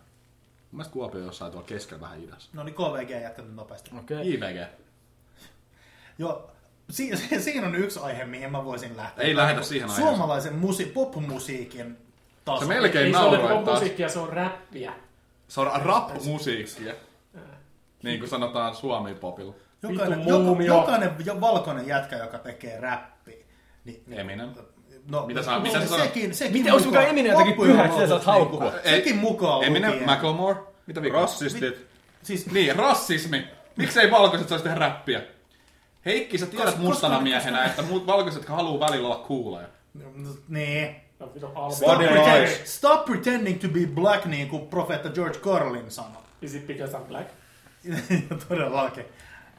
mielestä Kuopio on jossain tuolla keskellä vähän idässä. No niin, KVG jättänyt nopeasti. Okei. Okay. JVG. Joo, si- si- siinä on yksi aihe, mihin mä voisin lähteä. Ei lähetä siihen aiheeseen. Suomalaisen musi- popmusiikin Se taso. melkein- Okei, ei se ole nauroin vaan taas. musiikkia, se on räppiä. Se on rap-musiikkia. Niin kuin sanotaan suomi popilla. jokainen, Vittu joka, muumio. jokainen jo- valkoinen jätkä, joka tekee räppiä. Niin, niin, Eminem. No, Mitä sä- mitä sä sekin, sanot? sekin, sekin Mitä, onks mukaan Eminem jotenkin loppujen pyhä, että sä lopuksi saat haukkua? niinku- Sekin mukaan Eminem, lukien. Macklemore. Mitä vikaa? Rassistit. Siis Niin, rassismi. Miksei valkoiset saisi tehdä räppiä? Heikki, sä tiedät Koska- mustana koska- miehenä, että muut valkoiset haluaa välillä olla kuuleja. Niin. No, vito halpa. Stop, Body pretend, lies. stop pretending to be black, niin kuin profeetta George Carlin sanoi. Is it because I'm black? Todellakin.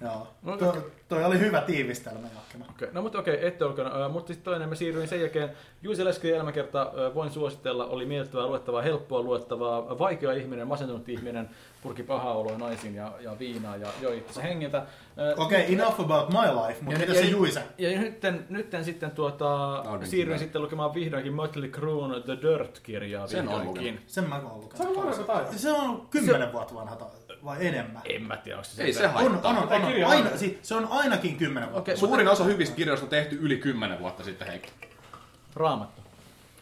Joo. No, Toi, toi oli hyvä tiivistelmä, Jakkema. Okei, No mutta okei, ette olkana. Ö, mutta sitten toinen, mä siirryin sen jälkeen. Juise Leskin elämäkerta ö, voin suositella, oli miellyttävää luettavaa, helppoa luettavaa, vaikea ihminen, masentunut ihminen, purki pahaa oloa naisiin ja, ja viinaa ja joi itsensä hengiltä. Ö, Okei, okay, enough about my life, mutta mitä se Juise? Ja nytten, nytten sitten tuota, Aurinko siirryin näin. sitten lukemaan vihdoinkin Mötley Crüen The Dirt-kirjaa Sen olen vihdoinkin. Sen mä oon Se on lukenut. vanha taito. Se on kymmenen vuotta vanha ta- vai enemmän. En mä tiedä, onko se Ei sen se On, verran. on, haittaa. on, on, Tämä kirja on- aina, si- se on ainakin kymmenen vuotta. Okei, okay, Suurin osa hyvistä kirjoista on tehty yli 10 vuotta sitten, Heikki. raamattu.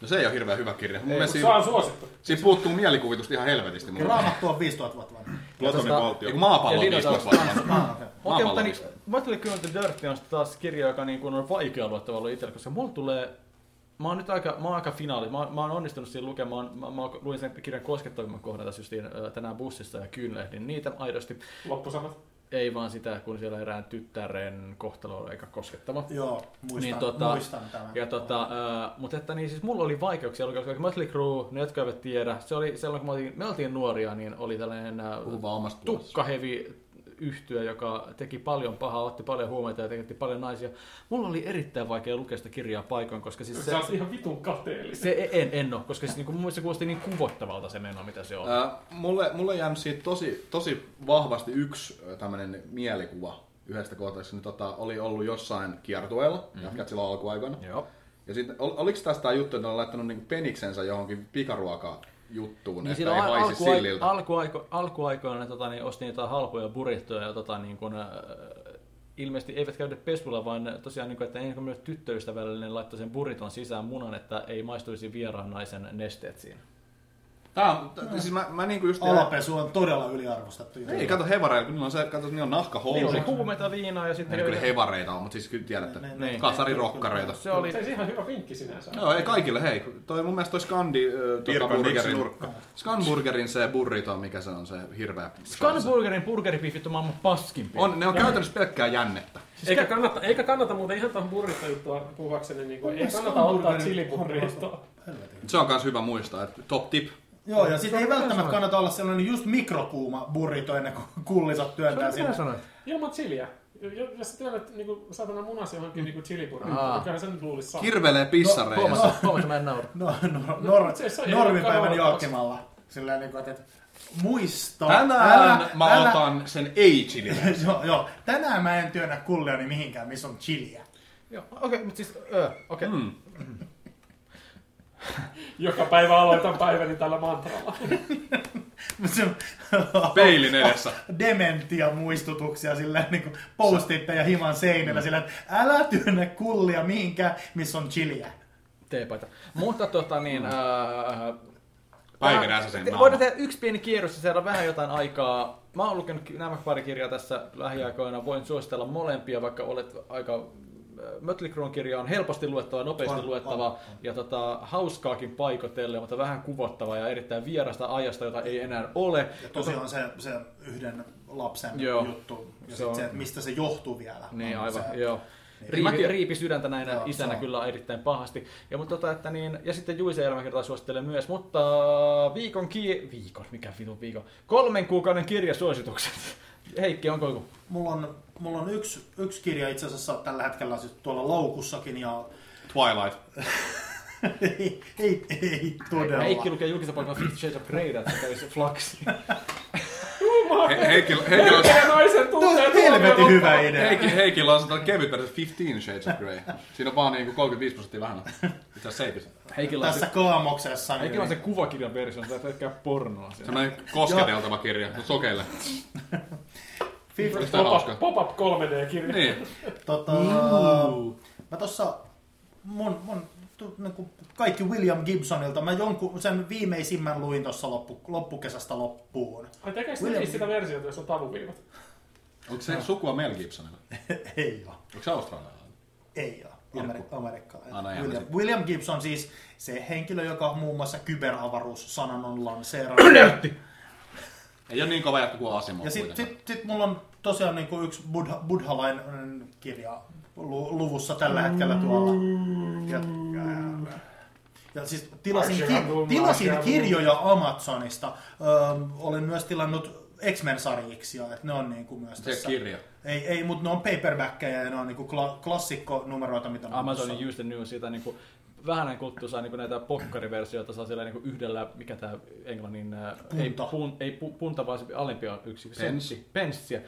No se ei ole hirveän hyvä kirja. Mun Mutta mielestä se siinä, on suosittu. siinä puuttuu mielikuvitusta ihan helvetisti. Mun Okay. Raamattu on 5000 vuotta vanha. Platonin tota- valtio. Eiku maapallo Ja on Linus 50 vuotta Austria. vanha. Ah, okay. Okei, mutta niin, Maapallollista. Mötley Crüen The Dirt on sitten taas kirja, joka niin kuin on vaikea luettava ollut itsellä, koska mulla tulee... Mä oon nyt aika, mä oon aika finaali. Mä, oon- mä oon onnistunut siinä lukemaan. Mä, mä oon- luin sen kirjan koskettavimman kohdan tässä justiin ö, tänään bussissa ja kyynlehdin niitä aidosti. Loppusanat. Ei vaan sitä, kun siellä erään tyttären kohtalo on aika koskettava. Joo, muistan, Niin, niin, tota, tota, muistan tämän. Ja tota, äh, mutta että niin siis mulla oli vaikeuksia, lukea, koska Mötley Crue, ne jotka eivät tiedä, se oli silloin kun me oltiin, me oltiin nuoria, niin oli tällainen äh, Puhu vaan omasta puolesta. tukkahevi yhtyö, joka teki paljon pahaa, otti paljon huomiota ja teki paljon naisia. Mulla oli erittäin vaikea lukea sitä kirjaa paikoin, koska siis se, Sä oot ihan vitun kateellinen. se en, en ole, koska siis niin kuin, mun mielestä se kuulosti niin kuvottavalta se meno, mitä se on. Ää, mulle, mulle on jäänyt siitä tosi, tosi vahvasti yksi ö, tämmönen mielikuva yhdestä kohdasta, niin tota, oli ollut jossain kiertueella, mm-hmm. jatkat silloin alkuaikana. Joo. Ja sitten, ol, oliko tästä tämä juttu, että ne on laittanut niinku peniksensä johonkin pikaruokaa juttuun, Niin niin silloin että ei al- haisi alkuaiko- silliltä? alkuaiko- alkuaikoina tota, niin ostin jotain halpoja burihtoja ja tota, niin kun, äh, ilmeisesti eivät käytä pesulla, vaan ne tosiaan, niin kun, että ennen kuin myös tyttöystävälle ne laittoi sen buriton sisään munan, että ei maistuisi vieraan naisen nesteet siinä. Tää on, t- siis mä, mä niinku just... Alapesu on todella yliarvostettu juttu. Ei, kato hevareita, kun niillä on se, kato, niillä on Niillä nahkahousu. oli kuumeta viinaa ja sitten... Ei kyllä hevareita on, mutta siis kyllä tiedätte. Ne- ne- Kasarirokkareita. se oli... Se on ihan hyvä vinkki sinänsä. Joo, ei kaikille, hei. Toi mun mielestä toi Skandi... Äh, tota Pirkan Nixin burgerin, nurkka. Skanburgerin se burrito, mikä se on se hirveä. Scanburgerin burgeripiifit on maailman paskimpia. On, ne on käytännössä pelkkää jännettä. Siis eikä, kannata, eikä kannata muuten ihan tuohon burrista juttua puhuakseni, niin kuin, ei Mielestäni kannata ottaa burgeri- chiliburrista. Helvetin. Se on myös hyvä muistaa, että top tip. Joo, ja sitten ei välttämättä kannata olla sellainen just mikrokuuma burrito ennen kuin kullisat työntää sinne. sanoit? Ilman chiliä. Jo- Jos sä työnnät niin kuin, saatana munas Mm. johonkin niin chiliburrista, Aa. niin kyllähän sen luulisi saa. Kirvelee pissareissa. Huomata, huomata, mä en naura. No, nor, nor, se- se on normipäivän ihan jaakkimalla. Sillä niin kuin, että muista. Tänään älä- mä älä- otan sen ei chili. joo, joo, tänään mä en työnnä kulleoni mihinkään, missä on chiliä. Joo, okei, okay, mutta siis... Öö, okei. Okay. Mm. Joka päivä aloitan päiväni tällä mantralla. Mut se- Peilin edessä. dementia muistutuksia sillä niin kuin postitteja himan seinillä sillä, että älä työnnä kullia mihinkään, missä on chiliä. Teepaita. Mutta tota niin... Mm. Öö, Päivinä sä sen Te- naaman. Voidaan tehdä yksi pieni kierros ja saada vähän jotain aikaa. Mä oon lukenut ki- nämä pari kirjaa tässä lähiaikoina. Voin suositella molempia, vaikka olet aika... Mötley Crüen kirja on helposti luettava, nopeasti On, luettava on, on. ja tota, hauskaakin paikotelle, mutta vähän kuvottava ja erittäin vierasta ajasta, jota ei enää ole. Ja tosiaan se, se yhden lapsen Joo. joo. juttu ja Se se, on- se, että mistä se johtuu vielä. Niin on aivan, se, joo. Niin. Riipi, Mäkin- riipi sydäntä näinä Joo, isänä joo. kyllä erittäin pahasti. Ja, mutta, tota, että niin, ja sitten Juise elämäkertaa suosittelen myös, mutta viikon ki... Viikon, mikä vitun viikon? Kolmen kuukauden kirjasuositukset. Heikki, onko joku? Mulla on, mulla on yksi, yksi kirja itse asiassa tällä hetkellä siis tuolla laukussakin ja Twilight. ei, ei, ei todella. Heikki lukee julkista paikkaa Fifty Shades of Grey, että kävisi flaksi. He, Heikillä, Heikillä, on, Pelkää naisen Tuo tunteet on helvetin huomioon hyvä ottaa. idea. Heikki, Heikillä on se kevyt perus 15 Shades of Grey. Siinä on vaan niinku 35 prosenttia vähemmän. Itse asiassa 70. Heikillä on Tässä se, kaamoksessa. niin- Heikillä on se kuvakirjan versio, se on pelkkää pornoa siellä. Semmoinen kosketeltava kirja, mutta sokeille. Fif- Tää on hauska. Pop-up, pop-up 3D-kirja. Niin. Tota, mä tossa mun, mun tu, niinku kaikki William Gibsonilta, mä jonkun sen viimeisimmän luin tossa loppu, loppukesästä loppuun. Ai tekeekö William- ne sitä versiota, jos on tavuviivat? Niin. Onko se sukua Mel Gibsonilla? ei oo, Onko se australialainen? ei oo. Ameri- amerikkalainen. Ah, no ihan William, se. William Gibson siis se henkilö, joka muun muassa kyberavaruussanan on lanseerannut. Ei ole niin kova jätkä kuin Asimo Ja sitten kuitenkaan. sit, sit mulla on tosiaan niinku yksi buddha, buddhalainen kirja lu, luvussa tällä hetkellä tuolla. Ja, ja, ja siis tilasin, ki, Ashram, tilasin Ashram. kirjoja Amazonista. Öm, olen myös tilannut X-Men-sarjiksia, että ne on niinku myös Se ei ole tässä. kirja. Ei, ei mutta ne on paperbackkejä ja ne on niinku kla- klassikkonumeroita, mitä on Amazonin tuossa. Use the News, siitä niinku vähän kulttu saa niinku näitä pokkariversioita, saa siellä niinku yhdellä, mikä tää englannin, ää, ei, Punta. pun, ei pu, punta vaan se alempi on yksi Pence. sentti, penssiä,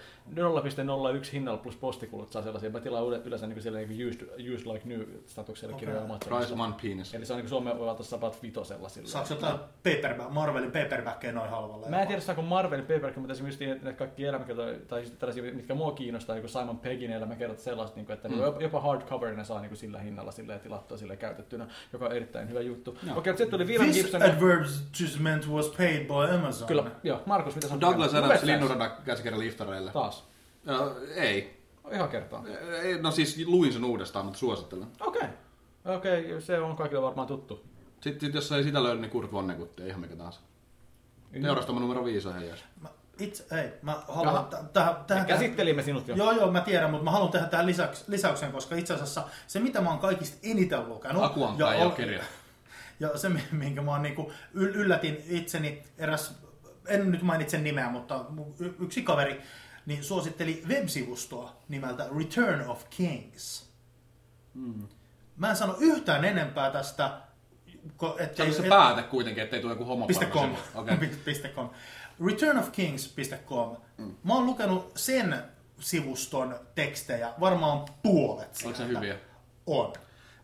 0,01 hinnalla plus postikulut saa sellaisia, mä tilaan yle- yleensä niinku siellä niinku used, used like new statuksella Okei. kirjoja Price Amazonissa. one penis. Eli se on niinku Suomen valtaisessa about vitosella sillä. Saaks jotain paperback, Marvelin paperbackkejä noin halvalla? Mä en tiedä, saako Marvelin paperback, mutta esimerkiksi just näitä kaikki elämäkertoja, tai just tällaisia, mitkä mua kiinnostaa, joku Simon Peggin elämäkertot sellaista, niinku, että mm. jopa hardcoverina saa niinku sillä hinnalla sillä tilattua sillä käytettynä, joka on erittäin hyvä juttu. Okei, mutta sitten tuli William This Gibson. advertisement was paid by Amazon. Kyllä, joo. Markus, mitä sä oot Douglas lukenut? Adams, Lue taas. linnunradan käsikirja liftareille. Taas. No, ei. Ihan kertaa. Ei, No siis luin sen uudestaan, mutta suosittelen. Okei. Okei, se on kaikille varmaan tuttu. Sitten sit jos ei sitä löydy, niin Kurt Vonnegut, ei ihan mikä tahansa. Niin. Teurastama numero 5 on heijäs. Mä, itse, ei, mä Jaha. haluan... Täh, täh, Me täh, käsittelimme sinut jo. Joo, joo, mä tiedän, mutta mä haluan tehdä tähän lisäks, lisäyksen, koska itse asiassa se, mitä mä oon kaikista eniten lukenut... Akuankka ei No, ol- ole kirja. Ja se, minkä mä oon niinku yl- yllätin itseni, eräs, en nyt mainitse nimeä, mutta mun y- yksi kaveri, niin suositteli web-sivustoa nimeltä Return of Kings. Hmm. Mä en sano yhtään enempää tästä, ko- Se ettei... oli se et- pääte kuitenkin, ettei tule joku homo .com. Okei. Mm. .com. Returnofkings.com. Mä oon lukenut sen sivuston tekstejä, varmaan puolet Oliko sieltä. se hyviä? On.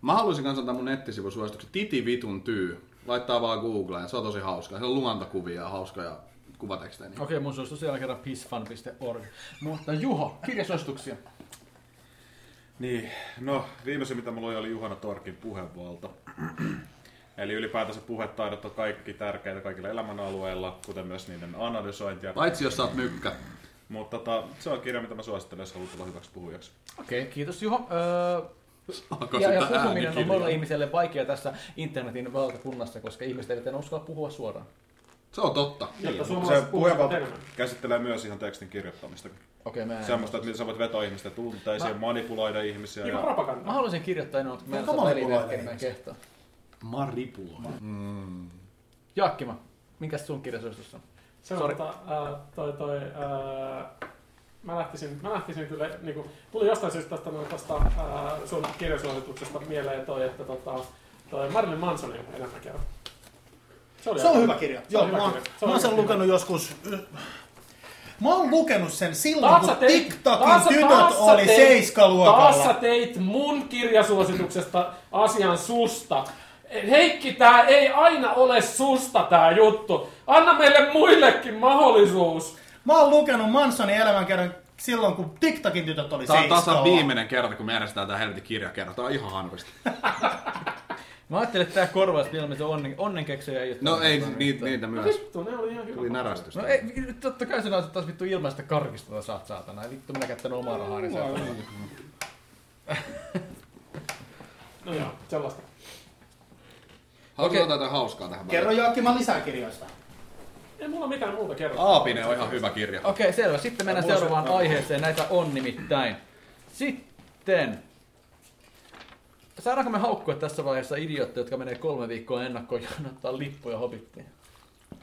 Mä haluaisin kans antaa mun nettisivun suosituksen. Titi vitun tyy. Laittaa vaan Googleen, se on tosi hauskaa. Siellä on luontakuvia ja hauskoja kuvatekstejä. niin. Okei, mun suositus siellä kerran pissfan.org. Mutta Juho, kirjasuosituksia. Niin, no viimeisin mitä mä luin oli Juhana Torkin puhevalta. Eli ylipäätänsä puhetaidot on kaikki tärkeitä kaikilla elämänalueilla, kuten myös niiden analysointia. Paitsi jos sä oot mykkä. Mutta tota, se on kirja, mitä mä suosittelen, jos haluat tulla hyväksi puhujaksi. Okei, kiitos Juho. Öö, Onko ja, ja sitä puhuminen on monelle äänikirjaa? ihmiselle vaikea tässä internetin valtakunnassa, koska ihmiset eivät enää uskalla puhua suoraan. Se on totta. Jotta Se suomalaiset puhuvat puhevalta enemmän. käsittelee myös ihan tekstin kirjoittamista. Okei, mä en. Semmoista, että miten sä voit vetoa ihmisten tunteisiin, manipuloida ihmisiä. Niinku Ja... Mä propaganda. haluaisin kirjoittaa enemmän, mutta mä en Onko saa manipulaatio välimerkkejä, mä en kehtaa. Maripulo. Jaakkima, minkäs sun kirjasuositus on? Se on Sorry. tota, ää, toi, toi, ää, mä lähtisin, mä lähtisin kyllä, niinku, tuli jostain syystä tästä, noin tästä ää, sun kirjasuosituksesta mieleen toi, että tota, toi Marilyn Mansonin elämäkerta. Se on hyvä kirja. Se Joo, on hyvä mä, oon- kirja. Se on mä oon sen hyvä lukenut joskus... Mä oon lukenut sen silloin, Taas sä kun teit- taas niinku sä- TikTokin tytöt taas sä oli teit- Taas sä seiskaluokalla. teit mun kirjasuosituksesta asian susta. Heikki, tää ei aina ole susta tää juttu. Anna meille muillekin mahdollisuus. Mä oon lukenut Mansonin elämänkerran silloin, kun TikTokin tytöt oli Tää on tasan seiskaluokalla. viimeinen kerta, kun me järjestetään tää helvetin kirjakerta. Tää on ihan No hanvista. Mä ajattelin, että tää korvaus vielä, mitä onnen, onnenkeksejä ei oo No ei tämmöistä. niitä, niitä No myös. vittu, ne oli ihan hyvä. Tuli närästystä. No ei, vi- totta kai sinä olet taas vittu ilmaista karkistota saat saatana. Ei Vittu minä käyttänyt omaa rahaa, niin se No joo, sellaista. Haluatko Okei. okay. jotain hauskaa tähän Kerro väliin? Jaakki, mä lisäkirjoista. Ei mulla mitään muuta kerrottavaa. Aapinen on ihan hyvä kirja. Okei, selvä. Sitten mennään Mulla on seuraavaan se- aiheeseen. Näitä on nimittäin. Sitten. Saadaanko me haukkua tässä vaiheessa idiootteja, jotka menee kolme viikkoa ennakkoon ja ottaa lippuja hobittiin?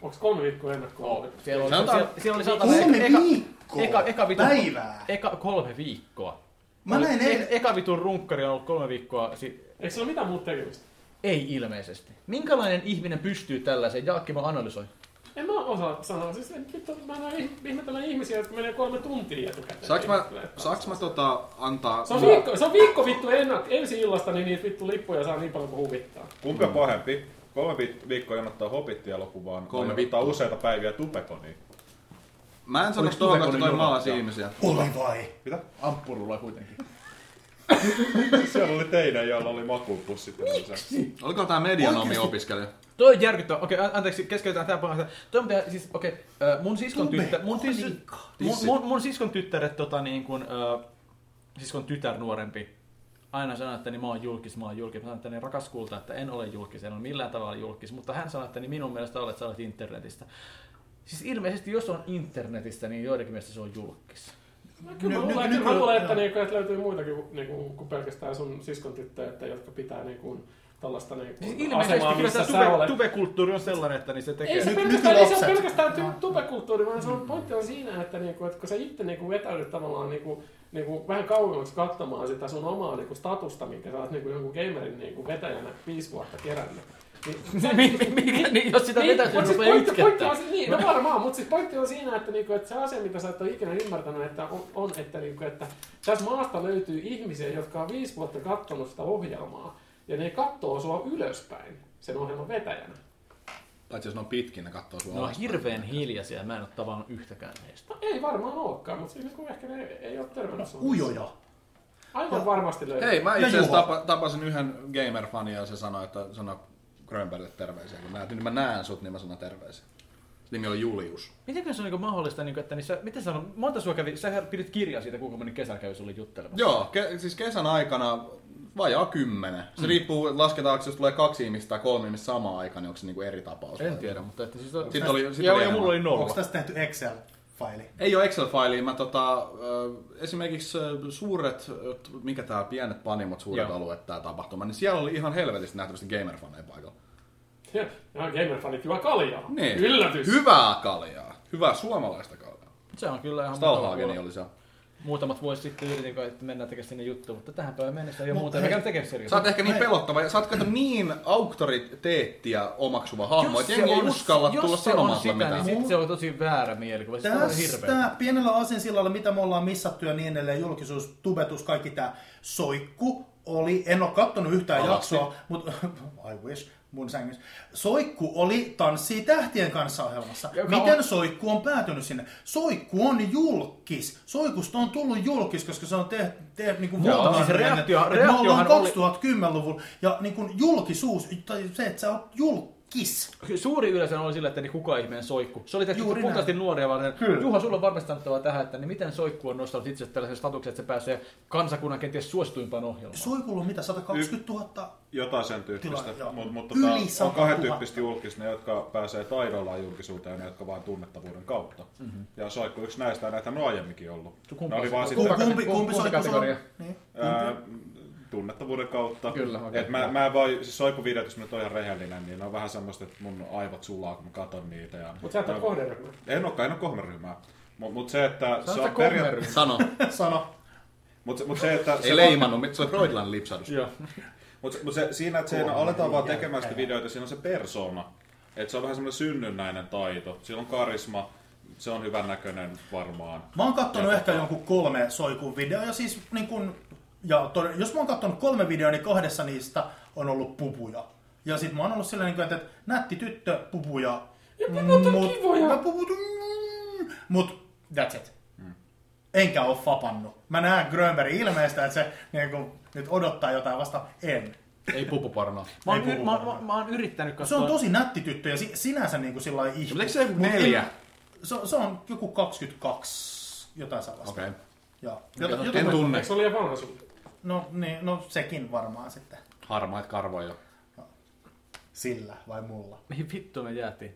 Onks kolme viikkoa ennakkoa? Siellä oli, Sanotaan- siellä, siellä oli saatana Kolme eka, viikkoa. eka, eka, vitu, Päivää. eka, kolme viikkoa. Mä Oli- näin eilen- e, eka vitun runkkari on ollut kolme viikkoa. Si- Eikö sillä ole mitään muuta tekemistä? ei ilmeisesti. Minkälainen ihminen pystyy tällaiseen? Jaakki mä analysoi. En mä osaa sanoa. Siis en, vittu, mä en ih- ihmetellä ihmisiä, jotka menee kolme tuntia etukäteen. Saaks mä, Kyllä, että- saaks mä tota antaa... Se on viikko, se on viikko vittu ennak, ensi illasta, niin niitä vittu lippuja saa niin paljon kuin huvittaa. Kumpi on pahempi? Kolme vi- viikkoa jonottaa Hobbit-elokuvaan, Kolme vai viikkoa. jonottaa useita päiviä Tupekoniin. Mä en sano Oliko tuohon, että Tupekonin toi jonot? maalasi ihmisiä. Oli vai? Mitä? Amppurulla kuitenkin. Siellä oli teidän, jolla oli makuupussit. ja tämmöisiä. Oliko tää medianomi opiskelija? Toi on järkyttävä. Okei, okay, anteeksi, keskeytetään tämä puheen. Toi on pitää, siis, okei, okay, mun siskon Tube, tyttö, mun, sis, kolikka. mun, Tissi. mun, mun, siskon tyttäret, tota niin kuin, äh, siskon tytär nuorempi, aina sanoo, että niin mä oon julkis, mä oon julkis. Mä sanon, että niin rakas kulta, että en ole julkis, en ole millään tavalla julkis. Mutta hän sanoo, että niin minun mielestä olet, sä olet internetistä. Siis ilmeisesti jos on internetistä, niin joidenkin mielestä se on julkis. Siis No, kyllä Ny- mä luulen, ny- että, mä nyky- luulen, että, joo. niinku, että löytyy muitakin niinku, kuin pelkästään sun siskon tyttöjä, jotka pitää niinku, tällaista niin Siis kuin, asemaa, ilmeisesti kyllä missä tämä sä tube, olet. tubekulttuuri on sellainen, että niin se tekee. Ei se, Nyt- pelkästään, ei se nykylapset. ole pelkästään No. ty- tubekulttuuri, vaan se on pointti on siinä, että, niinku, että kun sä itse niinku vetäydyt tavallaan niinku, niinku vähän kauemmaksi katsomaan sitä sun omaa niinku statusta, minkä sä oot niinku jonkun gamerin niinku vetäjänä viisi vuotta kerännyt. Niin, sä- Mi- mi- mikä- niin, jos sitä niin, vetäisi, mut niin siis rupeaa pointti, pointti itkettää. on, se- niin, no varmaan, mutta siis pointti on siinä, että, niinku, että se asia, mitä sä et ole ikinä ymmärtänyt, että on, on että, niinku, että tässä maasta löytyy ihmisiä, jotka on viisi vuotta katsonut sitä ohjelmaa, ja ne katsoo sua ylöspäin sen ohjelman vetäjänä. Paitsi jos ne on pitkin, ne kattoo sua Ne on alaspäin. hirveän hiljaisia ja mä en ole tavannut yhtäkään heistä. No ei varmaan olekaan, mutta siis niin ehkä ne ei ole törmännyt sun. Ujoja. Aivan varmasti löytyy. Hei, mä Ja itse asiassa Juho. tapa, tapasin yhden gamer-fania ja se sanoi, että sano Grönbergille terveisiä. Kun näet, niin mä näen sut, niin mä sanon terveisiä. Se nimi oli Julius. Miten se on niin mahdollista, niin kuin, että niin sä, miten sä on, monta sua kävi, sä pidit kirjaa siitä, kuinka moni kesällä kävi sulle juttelemassa. Joo, ke- siis kesän aikana vajaa kymmenen. Se mm. riippuu, lasketaanko jos tulee kaksi ihmistä tai kolme ihmistä samaan aikaan, niin onko se niinku eri tapaus. En vai- tiedä, mutta että siis on... Sitten oli, sitten ja, oli ja enemmän. mulla oli Onko nolla. tästä tehty Excel-faili? Ei ole Excel-failia. Mä tota, ö, esimerkiksi ö, suuret, ö, t- mikä tää, pienet panimot, suuret Joo. Joo. alueet tää tapahtuma, niin siellä oli ihan helvetisti nähtävästi gamer-faneja paikalla. Ja ja gamerfanit juo kaljaa. Niin. Yllätys. Hyvää kaljaa. Hyvää suomalaista kaljaa. Se on kyllä ihan Stalhageni mukava. oli se. Muutamat vuosi sitten yritin, kai, että mennään tekemään sinne juttu, mutta tähän päivään mennessä ei ole Mut muuta. hei, Mä käyn tekemään Sä oot seriöstä. ehkä niin pelottava, ja sä oot kato niin auktoriteettia omaksuva hahmo, että jengi ei uskalla tulla jos se on sanomaan sulle sitä, niin mitään. sit se on tosi väärä mielikuva. Se on hirveä. Tästä pienellä asiansillalla, mitä me ollaan missattu ja niin edelleen, julkisuus, tubetus, kaikki tämä soikku oli, en ole kattonut yhtään Alasti. jaksoa, mutta I wish, mun sängyssä. Soikku oli Tanssii tähtien kanssa ohjelmassa. Joka Miten on- Soikku on päätynyt sinne? Soikku on julkis. Soikusta on tullut julkis, koska se on tehty te, niin kuin Joo, valtavan siis hyvän, reaktio- että- että me ollaan reaktiohan oli- 2010-luvulla. Ja niin kuin julkisuus, tai se, että sä oot julkis. Suuri yleisö oli sillä, että niin kuka ihmeen soikku. Se oli tehty Juuri puhtaasti näin. nuoria varten. Kyllä. Juha, sulla on varmasti sanottavaa tähän, että niin miten soikku on nostanut itse tällaisen statuksen, että se pääsee kansakunnan kenties suosituimpaan ohjelmaan. Soikulla on mitä, 120 000 Jotain sen Tila- tyyppistä, joo. mutta mut, Yli tota, on 100 000. kahden tyyppistä julkista, ne jotka pääsee taidollaan julkisuuteen ja ne jotka vain tunnettavuuden kautta. Mm-hmm. Ja Soikku yksi näistä, ja näitä on aiemminkin ollut. Kumpi ne oli se- vaan Kumpi, sitten kate- kumpi, kumpi, kumpi soikku se on? kategoria? Niin. ää, tunnettavuuden kautta. Kyllä, okei. Et mä, mä en voi, siis Soikku-videot, jos mä nyt oon ihan rehellinen, niin ne on vähän semmoista, että mun aivot sulaa, kun mä katon niitä. Ja, No, Mutta sä No. et ole kohderyhmä. En olekaan, en ole kohderyhmää. Mutta mut se, että Sä se oot on se peria- kohderyhmä. Sano. Sano. mut, mut se, että Ei se leimannut, mit- se oli Freudlan lipsahdus. Joo. Mutta mut se, siinä, että siinä aletaan vaan tekemään sitä videoita, siinä on se persona. Että se on vähän semmoinen synnynnäinen taito. Sillä on karisma, se on hyvän näköinen varmaan. Mä oon kattonut ehkä jonkun kolme soikun videoa, ja siis niin kun, ja tod- jos mä oon kattonut kolme videoa, niin kahdessa niistä on ollut pupuja. Ja sit mä oon ollut sillä niin että että nätti tyttö, pupuja. Ja puput on kivoja. Mä puput, mm, mut that's it. Mm. Enkä oo fapannut. Mä näen Grönbergin ilmeestä, että se niin kun, nyt odottaa jotain vasta. En. Ei pupupornoa. Mä oon, Ei y- puhuta. mä, mä, mä oon yrittänyt Se katsoa. on tosi nätti tyttö ja si- sinänsä niin kuin sillä lailla ihme. Mutta eikö se joku Mut neljä? en- Se, se on joku 22, jotain sellaista. Okei. Joo. Jota, Jota, en jota, tunne. Eikö se ole liian vanha sulle? no, niin, no sekin varmaan sitten. Harmaat karvoja. Sillä vai mulla. Mihin vittu me jäätiin?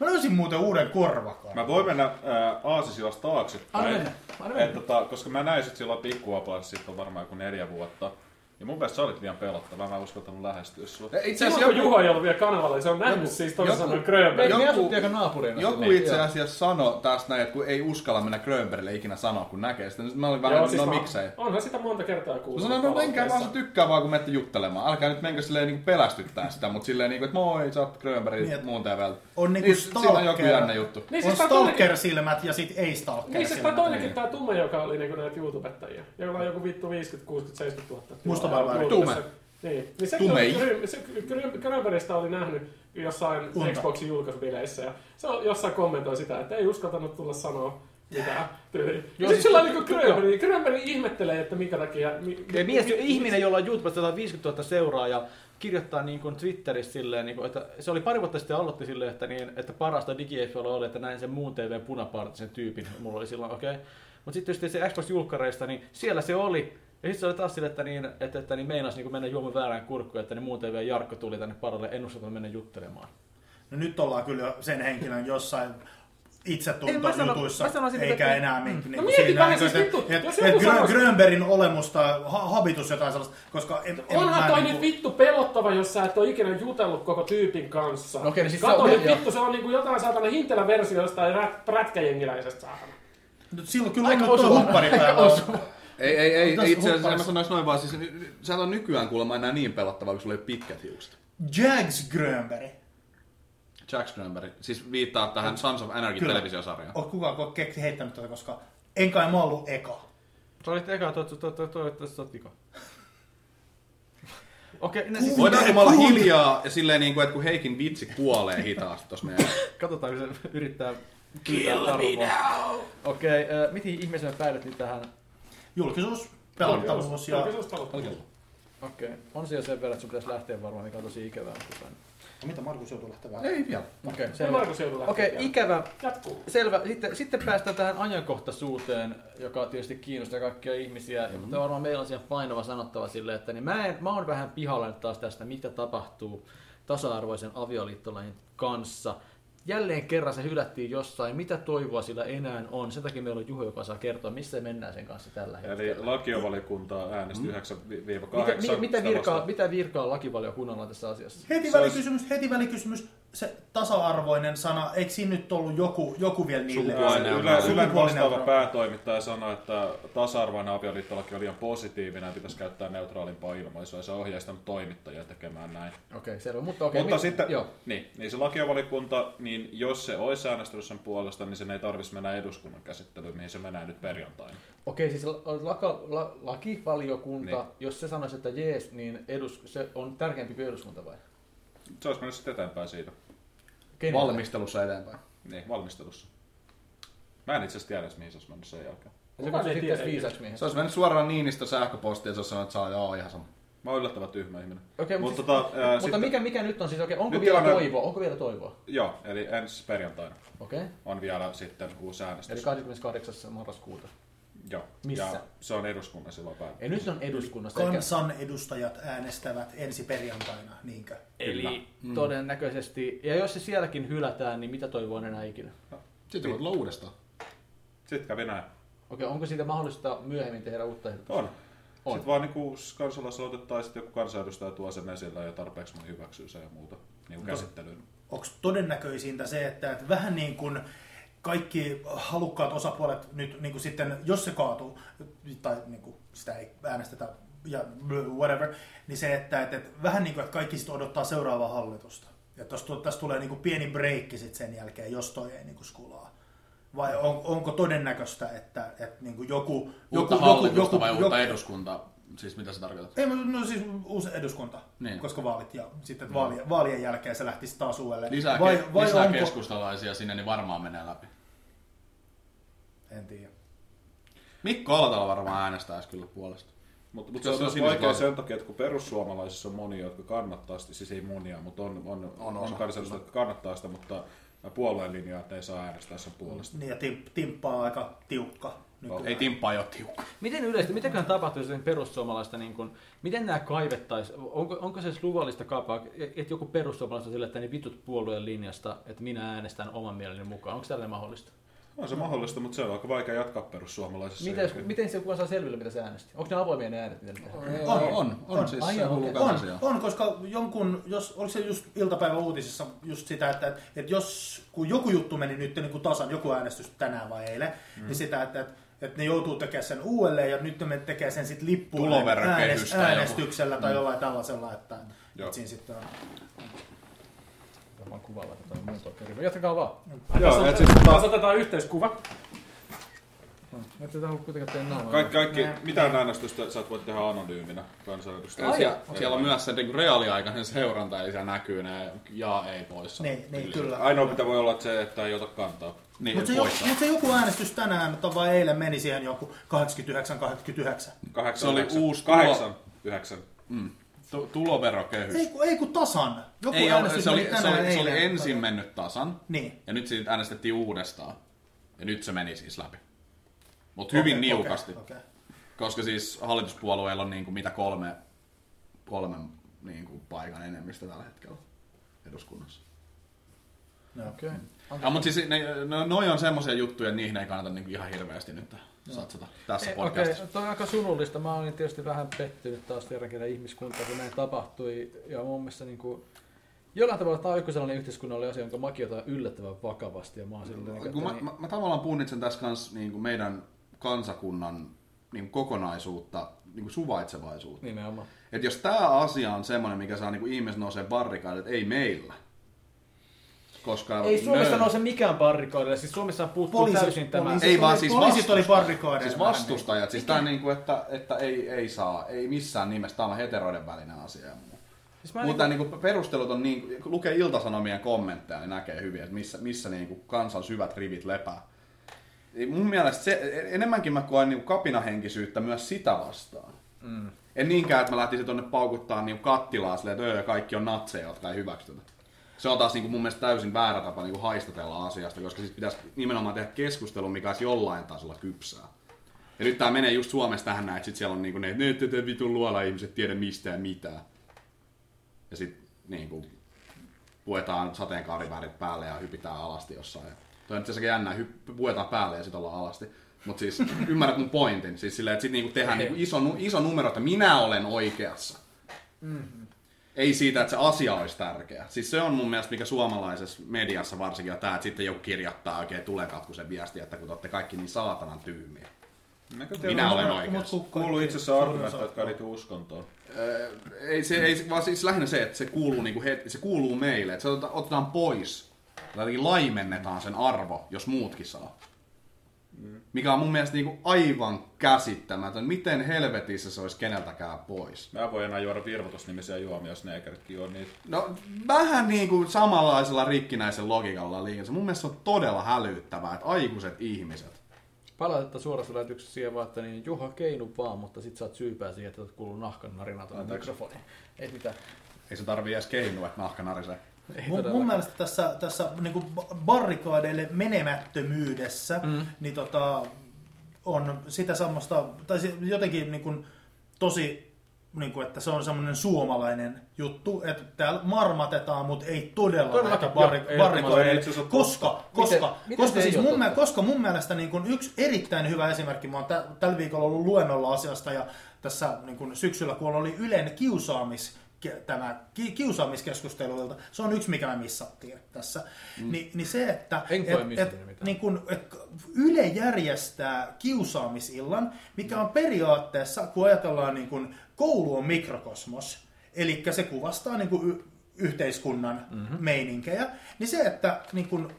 Mä löysin muuten uuden korvakaan. Mä voin mennä äh, ää, aasisilasta taaksepäin. Anna mennä, anna mennä. Et, tota, koska mä näin sut silloin pikkuapalassa, siitä on varmaan joku neljä vuotta. Ja mun mielestä sä olit liian pelottava, mä en uskaltanut lähestyä sua. Itse Silloin asiassa kun joku, Juha ei ollut vielä kanavalla, niin se on nähnyt siis toisin joku- sanoen Me, Grönberg. Joku- me asuttiin aika naapurina. joku Niin, itse joo. asiassa sanoi taas näin, että kun ei uskalla mennä Grönbergille ikinä sanoa, kun näkee sitä. Nyt Mä olin vähän, no miksei. siis Onhan sitä monta kertaa Mä kuullut. sanoin, no menkää vaan, se palautteessa. Niin, tykkää vaan, kun menette juttelemaan. Älkää nyt menkö silleen niinku pelästyttää sitä, mutta silleen niinku, että moi, sä oot Niin, Grönberg et- muun TVltä. on niinku Siinä on joku stalker. jännä juttu. Niin on siis tää toinenkin, stalker-silmät ja sit ei stalker niin siis tää toinenkin tää tume, joka oli niinku näitä YouTubettajia. Jolla on joku vittu 50, 60, 70 000. tilaa Musta barbaari. YouTubessa. Tume. Niin, niin se, Tumei. Grön- se Grön- Grönbergistä oli nähnyt jossain Unta. Xboxin julkaisubileissä ja se on, jossain kommentoi sitä, että ei uskaltanut tulla sanoa mitään tyyliin. Ja siis- sit sillä on niinku Grönberg, Grönberg ihmettelee, että minkä takia... Mi, Ja mies, mi- ihminen, jolla on YouTubessa 150 000 seuraajaa, kirjoittaa niin kuin Twitterissä silleen, niin kuin, että se oli pari vuotta sitten aloitti silleen, että, niin, että parasta digiefiolla oli, että näin sen muun TV punapartisen tyypin, mulla oli silloin, okei. Okay. Mutta sitten just se Xbox-julkkareista, niin siellä se oli, ja sitten se oli taas silleen, että, niin, että, että niin meinasi niin mennä juomaan väärään kurkkuun, että niin muun TV ja Jarkko tuli tänne paralle ennustetaan mennä juttelemaan. No nyt ollaan kyllä sen henkilön jossain itsetunto En mä sano- jutuissa, mä sanoisin, eikä että- enää mink, niin, mieti vähän niin, siis että, vittu, että, jos että joku Grön, sanoisi- Grönbergin olemus tai ha- habitus jotain sellaista, koska en, en Onhan mä toi niinku- nyt vittu pelottava, jos sä et ole ikinä jutellut koko tyypin kanssa. No okei, no siis se Kato on- nyt joo. vittu, se on niinku jotain saatana hintelä versio jostain rät, prätkäjengiläisestä saatana. Nyt Silloin kyllä on Aika nyt toi osuva. huppari Aika päällä. osuva. Ei, ei, ei, Tässä ei itse asiassa en mä hupparissa. sanois noin vaan, siis ny- ny- sä et ole nykyään kuulemma enää niin pelottava, kun sulla ei ole pitkät hiukset. Jags Grönberg. Jack Strömberg, siis viittaa tähän Sons of Anarchy Kyllä. televisiosarjaan. Oot kukaan ko- kek- heittänyt tätä, koska en kai mä ollut eka. Sä olit eka, toivottavasti to, to, to, to, to, to, Okei, no siis Voidaanko me olla Kuuntele, hiljaa ja silleen niin kuin, että kun Heikin vitsi kuolee hitaasti tossa meidän... katsotaan, kun se yrittää pyytää arvoa. Okei, äh, miten ihmeessä me päädyttiin tähän? Julkisuus, pelattavuus ja... Okei, on siellä sen verran, että sun pitäisi lähteä varmaan, mikä on tosi ikävää. mutta- Mitä Markus joutuu lähtevään? Ei vielä. Okei, Se selvä. Markus joutuu lähteä Okei, vielä. ikävä. Jatkuu. Selvä. Sitten, sitten päästään tähän ajankohtaisuuteen, joka tietysti kiinnostaa kaikkia ihmisiä. Mm-hmm. Mutta varmaan meillä on siellä painava sanottava sille, että niin mä, en, mä oon vähän pihalla nyt taas tästä, mitä tapahtuu tasa-arvoisen avioliittolain kanssa. Jälleen kerran se hylättiin jossain. Mitä toivoa sillä enää on? Sen takia meillä on Juho, joka saa kertoa, missä mennään sen kanssa tällä hetkellä. Eli lakiovaliokunta äänesti 9-8. Mitä, mi, Mm. mitä, sitä virkaa, vastaan. mitä virkaa lakivaliokunnalla on tässä asiassa? Heti Se välikysymys, heti välikysymys. Se tasa-arvoinen sana, eikö siinä nyt ollut joku, joku vielä niille? Sukupuolineutraali. Yle, Ylen vastaava Sukupuolineutraali. päätoimittaja sanoi, että tasa-arvoinen avioliittolaki on liian positiivinen ja pitäisi käyttää neutraalimpaa ilmaisua ja se on ohjeistanut toimittajia tekemään näin. Okei, selvä. Mutta, okei, Mutta mi- sitten, Joo. Niin, niin se lakiovalikunta, niin jos se olisi äänestänyt sen puolesta, niin sen ei tarvitsisi mennä eduskunnan käsittelyyn, mihin se menee nyt perjantaina. Okei, siis la- laka, la, lakivaliokunta, Niin. niin. jos se sanoisi, että jees, niin edus, se on tärkeämpi kuin eduskunta vai? Se olisi mennyt sitten eteenpäin siitä, Kenelle? Valmistelussa eteenpäin. niin, valmistelussa. Mä en itse asiassa tiedä, edes, mihin se olisi mennyt sen jälkeen. Se Kukaan ei kutsuttiin tiedä. tässä viisaksi miehen. Se olisi mennyt suoraan Niinistö sähköpostiin ja se olisi sanonut, että saa joo ihan sama. Mä oon yllättävän tyhmä ihminen. Okei, mutta mutta, siis- tota, ää, mutta sitten, mikä, mikä nyt on siis, okei, onko Nyt vielä tilanne- toivoa? Onko vielä toivoa? Joo, eli ensi perjantaina Okei, okay. on vielä sitten uusi äänestys. eli 28. marraskuuta. Joo. Missä? Ja se on eduskunnan silloin päivä. Ja nyt se on eduskunnassa. eikä- Kansanedustajat äänestävät ensi perjantaina, niinkö? Eli Mm. todennäköisesti, ja jos se sielläkin hylätään, niin mitä toivoa on enää ikinä? Sitten voit olla uudestaan. Sitten kävi näin. Okei, onko siitä mahdollista myöhemmin tehdä uutta ehdotusta? On. On. on. Sitten vaan niinku kansalaisaloite tai sitten joku kansanedustaja tuo sen esille ja tarpeeksi moni hyväksyy sen ja muuta niinku käsittelyyn. Onko todennäköisintä se, että, että vähän niin kuin kaikki halukkaat osapuolet nyt niin kuin sitten, jos se kaatuu, tai niin kuin sitä ei äänestetä ja blö, whatever, niin se, että, että, että vähän niin kuin, että kaikki sitten odottaa seuraavaa hallitusta. Ja tässä täs tulee niin kuin pieni breikki sitten sen jälkeen, jos toi ei niin kuin skulaa. Vai on, onko todennäköistä, että, että niin kuin joku... Uutta joku, hallitusta joku, vai joku, uutta eduskuntaa? Siis mitä se tarkoittaa? ei, mutta no siis uusi eduskunta, Niin. niin. koska vaalit ja sitten että vaalien, vaalien jälkeen se lähtisi taas uudelleen. Lisää, vai, vai lisää onko... keskustalaisia sinne, niin varmaan menee läpi. En tiedä. Mikko Alatalo varmaan äänestäisi kyllä puolesta. Mut Mutta mut se se on on myös sinänsä vaikea vaan- sen takia, että kun perussuomalaisissa on monia, jotka kannattaa sitä, siis ei monia, mutta on, on, on, on osa. kansanedustajia, jotka kannattaa sitä, mutta puolueen linjaa, että ei saa äänestää sen puolesta. Niin ja tim, timppa on aika tiukka. nykyään. Ei timppaa jo tiukka. Miten yleisesti, mitäköhän tapahtuisi sen perussuomalaista, niin kun, miten nämä kaivettaisiin, onko, onko se edes luvallista kaapaa, että joku perussuomalaista on sillä, että ne vitut puolueen linjasta, että minä äänestän oman mieleni mukaan, onko tällainen mahdollista? On se mahdollista, mutta se on aika vaikea jatkaa perussuomalaisissa. Miten, Jälkeen. miten se kukaan saa selville, mitä se äänesti? Onko ne avoimia ne äänet, mitä ne tehdään? On, on, on, on. siis Ai se joo, kuuluu okei. kanssa on, on, koska jonkun, jos, oliko se just iltapäivän uutisissa just sitä, että, että, että jos, kun joku juttu meni nyt niin kuin tasan, joku äänestys tänään vai eilen, mm. niin sitä, että, että, että ne joutuu tekemään sen uudelleen ja nyt ne tekee sen sitten lippuun Tuloverokehys tai joku. Mm. äänestyksellä tai jollain tällaisella, että, Joo. että siinä sitten on. Varmaan kuvalla tätä muuta kerran. Jatkakaa vaan. Joo, et siis Taas tota- taas, otetaan yhteiskuva. Mä et tätä halua kuitenkaan tehdä naamaa. kaikki, kaikki, mitään äänestystä sä et voi tehdä anonyyminä kansanedustajana. Ja Ai siellä, joo. siellä on myös se niin reaaliaikainen seuranta, eli siellä näkyy ne ja ei poissa. Niin, niin kyllä. Ainoa mitä voi olla että se, että ei ota kantaa. Niin, Mutta se, joku, poissa. mut se joku äänestys tänään tai vai eilen meni siihen joku 89-89. Kahdeksan, Se oli yhdeksän. uusi Kahdeksan, yhdeksän. Tu- Tuloverokehys. Ei kun, ei kun tasan. Joku Ei, äänestys se, oli, meni se, tänään oli, se oli eilen. ensin mennyt tasan, Niin. ja nyt siitä äänestettiin uudestaan. Ja nyt se meni siis läpi. Mutta hyvin Okei, niukasti, okei, okei. koska siis hallituspuolueilla on niin kuin mitä kolme, kolmen niinku niin kuin paikan enemmistö tällä hetkellä eduskunnassa. Joo. Okei. Ja, mutta siis ne, no, noi on semmoisia juttuja, että niihin ei kannata niinku ihan hirveästi nyt satsata tässä Ei, Okei, podcastissa. okay. toi on aika surullista. Mä olin tietysti vähän pettynyt taas kerran ihmiskuntaan, kun näin tapahtui. Ja mun mielestä niin kuin, jollain tavalla tämä on joku sellainen yhteiskunnallinen asia, jonka mäkin otan yllättävän vakavasti. Ja mä oon silleen, niin, Kun että, mä, mä, mä tavallaan punnitsen tässä kans niinku meidän kansakunnan niinku kokonaisuutta, niinku suvaitsevaisuutta. nimenomaan. Et jos tämä asia on semmoinen, mikä saa niinku ihmiset nousee barrikaadille, että ei meillä. Koska Ei Suomessa nöyrä- nouse mikään barrikaadille. Siis Suomessa puuttuu Poliisit- täysin tämä. poliisit- Ei vaan oli- siis poliisit oli vastustajat. barrikaadeilla Siis vastustajat. Siis tää niinku, että, että ei, ei saa, ei missään nimessä. Tämä on heteroiden välinen asia. ja muu. Siis mä Mutta niinku perustelut on niin, kun lukee iltasanomien kommentteja, niin näkee hyvin, että missä, missä niinku kansan syvät rivit lepää. Ei, Mun mielestä se, enemmänkin mä koen niinku kapinahenkisyyttä myös sitä vastaan. Mm. En niinkään, että mä lähtisin tonne paukuttaa niinku kattilaa silleen, että öö, kaikki on natseja, jotka ei hyväksy tätä. Se on taas niinku mun mielestä täysin väärä tapa niinku haistatella asiasta, koska siis pitäisi nimenomaan tehdä keskustelu, mikä olisi jollain tasolla kypsää. Ja nyt tää menee just Suomessa tähän näin, että sit siellä on niinku ne, että ne te vitun luola ihmiset tiedä mistään mitään. Ja sit niinku puetaan sateenkaarivärit päälle ja hypitään alasti jossain. Ja Toi on itse asiassa jännä, hypp- puetaan päälle ja sit ollaan alasti. Mut siis ymmärrät mun pointin. Siis silleen, että sit niinku tehdään niinku iso, nu- iso numero, että minä olen oikeassa. Ei siitä, että se asia olisi tärkeä. Siis se on mun mielestä, mikä suomalaisessa mediassa varsinkin on tää, että sitten joku kirjoittaa oikein tulenkatkuisen viestiä, että kun te olette kaikki niin saatanan tyhmiä. Näkö Minä on- olen mut oikeassa. kun Kuuluu kaikki- itse asiassa suurin argumentteja, osa- jotka liittyy uskontoon. Öö, ei, se, ei, se- vaan siis lähinnä se, että se kuuluu, niinku heti, se kuuluu meille, että se ota- otetaan pois. Tai jotenkin laimennetaan sen arvo, jos muutkin saa. Mikä on mun mielestä niinku aivan käsittämätön. Miten helvetissä se olisi keneltäkään pois? Mä voin enää juoda virvotusnimisiä juomia, jos neekeritkin on niitä. No vähän niin kuin samanlaisella rikkinäisen logiikalla liikkeessä. Mun mielestä se on todella hälyttävää, että aikuiset ihmiset. niinku Palautetta suorassa lähetyksessä siihen vaan, että niin Juha keinu vaan, mutta sit saat syypää siihen, että kuuluu nahkan narina tuonne mikrofoniin. Ei mitään. Ei se tarvii edes keinua, että nahka narisee. Ei tota Mun, mun todellakaan. mielestä tässä, tässä niin kuin barrikaadeille menemättömyydessä mm. niin tota, on sitä semmoista, tai se jotenkin niin kuin, tosi, niin kuin, että se on semmoinen suomalainen juttu, että täällä marmatetaan, mutta ei todella Todellakin, lähdetä joo, barri, ei, ei, barrikaadeille, itse asiassa koska, Miten- koska, miten koska, se ei siis ole mun, mä, totta? koska mun mielestä niin kuin yksi erittäin hyvä esimerkki, mä oon tä, tällä viikolla ollut luennolla asiasta ja tässä niin kuin syksyllä, kun oli Ylen kiusaamis, ke- tämä ki- kiusaamiskeskusteluilta, se on yksi, mikä me missattiin tässä, mm. Ni, niin se, että En koe missanneen mitään. niin kun, et Yle järjestää kiusaamisillan, mikä on periaatteessa, kun ajatellaan niin kun, koulu on mikrokosmos, eli se kuvastaa niin kun, y- yhteiskunnan mm-hmm. meininkejä, niin se, että niin kun,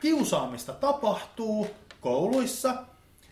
kiusaamista tapahtuu kouluissa,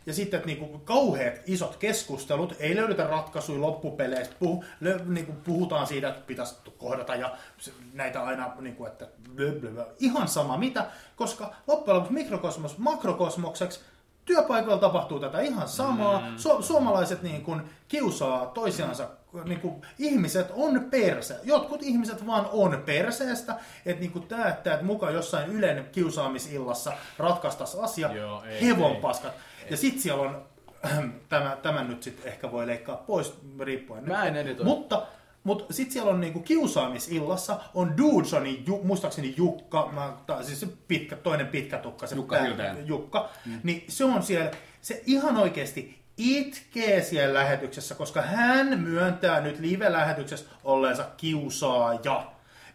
ja sitten että niinku kauheat isot keskustelut, ei löydetä ratkaisuja loppupeleissä, puhu, lö, niinku puhutaan siitä, että pitäisi kohdata ja se- näitä aina, niinku, että blö, blö, blö. ihan sama mitä, koska loppujen lopuksi mikrokosmos makrokosmokseksi työpaikoilla tapahtuu tätä ihan samaa. Mm. Su- suomalaiset niin kuin kiusaa toisiansa. Niin kuin, ihmiset on perse. Jotkut ihmiset vaan on perseestä. Että niin kuin tämä, että, että muka jossain Ylen kiusaamisillassa ratkaistaisiin asia. Joo, ei, Hevon ei. paskat. Ja sitten siellä on, tämä, tämän nyt sitten ehkä voi leikkaa pois riippuen. Mä en editoi. Mutta mutta sitten siellä on niinku kiusaamisillassa on Dudesonin, ju, muistaakseni Jukka, mä, tai siis se pitkä, toinen pitkä tukka, se Jukka pää- Hilteen. Jukka, mm. niin se on siellä, se ihan oikeasti itkee siellä lähetyksessä, koska hän myöntää nyt live-lähetyksessä olleensa kiusaaja.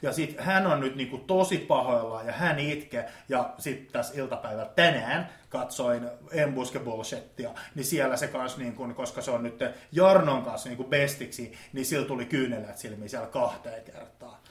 Ja sit hän on nyt niinku tosi pahoillaan ja hän itkee. Ja sitten tässä iltapäivällä tänään katsoin Embuske Bullshittia, niin siellä se kans, niinku, koska se on nyt Jarnon kanssa niinku bestiksi, niin sillä tuli kyynelät silmiin siellä kahteen kertaa.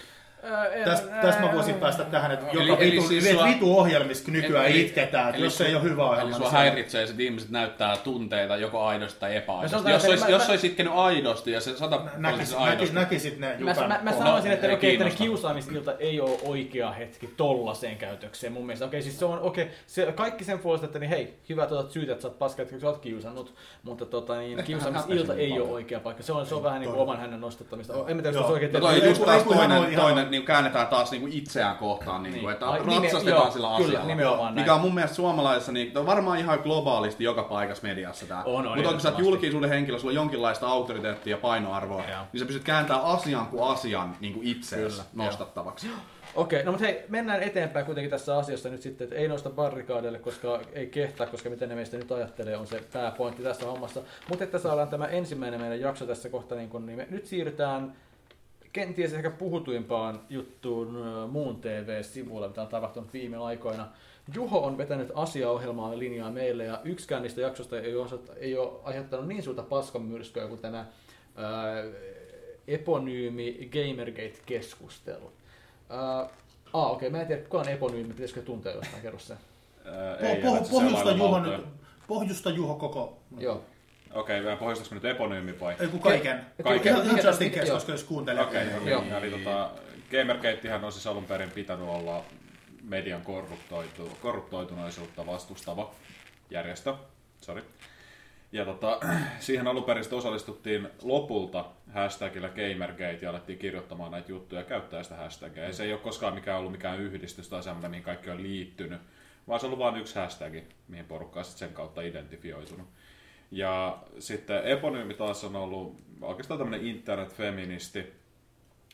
Ää, en- Tästä täs mä voisin päästä tähän, että Eli- joka eli vitu, siis siis sua- vitu ohjelmissa nykyään Eli- itketään, että eli jos sua- ei ole hyvä Eli ohjelma. sua niin se on- häiritsee, että ihmiset näyttää tunteita joko aidosti tai No se on epäaidosti. tää- Jos, olisi, mä- jos mä- olisi itkenyt aidosti ja se sata Näkis, näkis, näkis, aidosti. näkisit ne Mä, Jukan mä, mä kohdat. sanoisin, että ei okei, okay, kiinnosta. kiusaamisilta ei ole oikea hetki tollaseen käytökseen mun mielestä. Okei, okay, siis se on okei, okay, se, kaikki sen puolesta, että niin hei, hyvä, että otat syytä, että sä oot paska, että sä oot kiusannut, mutta tota, niin, kiusaamisilta häpäisin ei ole paljon. oikea paikka. Se on, se on vähän niin kuin Toi- oman hänen nostattamista. En mä tiedä, jos Joo. se on oikein No tehty. toi Ei, just kun- taas ei, kun hän toinen, on ihan- toinen, nyt niin käännetään taas niin kuin itseään kohtaan, niin kuin, Niin. että Ai, nime- ratsastetaan joo, sillä kyllä, asialla. nimenomaan mikä näin. on mun mielestä suomalaisessa, niin tämä on varmaan ihan globaalisti joka paikassa mediassa tämä. On, Mutta on, kun sä oot ehdottomasti. julkisuuden henkilö, sulla on jonkinlaista auktoriteettia ja painoarvoa, Joo. niin sä pystyt kääntämään asian kuin asian niin kuin itseäsi Kyllä, joo. nostattavaksi. Okei, no mutta hei, mennään eteenpäin kuitenkin tässä asiassa nyt sitten, että ei noista barrikaadeille, koska ei kehtaa, koska miten ne meistä nyt ajattelee, on se pääpointti tässä hommassa. Mutta että saadaan tämä ensimmäinen meidän jakso tässä kohta, niin, kun, niin me nyt siirrytään kenties ehkä puhutuimpaan juttuun ö, muun TV-sivulle, mitä on tapahtunut viime aikoina. Juho on vetänyt asiaohjelmaa ja linjaa meille, ja yksikään niistä jaksoista ei ole, osoitt- ei ole aiheuttanut niin suurta paskanmyrskyä kuin tämä ää, eponyymi Gamergate-keskustelu. Ää, Ah, okei, mä en tiedä, kuka on eponyymi, pitäisikö tuntea jostain, kerro se. Ää, Po- Äh, ei, po- älä se pohjusta sellainen Juho valtoja. nyt. Pohjusta Juho koko. Joo. Okei, okay, pohjustaks nyt eponyymi vai? Ei kun kaiken. Kaiken. Ihan, ihan just in Joo. case, koska jos kuuntelee. Okei, Joo. okay, eli tota, Gamergatehan on siis alun perin pitänyt olla median korruptoitu, korruptoituneisuutta vastustava järjestö. Sorry. Ja tota, siihen alun perin sitten osallistuttiin lopulta hashtagillä Gamergate ja alettiin kirjoittamaan näitä juttuja ja käyttää sitä hashtagia. Ja se ei ole koskaan mikään ollut mikään yhdistys tai semmoinen, mihin kaikki on liittynyt, vaan se on ollut vain yksi hashtag, mihin porukka on sitten sen kautta identifioitunut. Ja sitten eponyymi taas on ollut oikeastaan tämmöinen internetfeministi,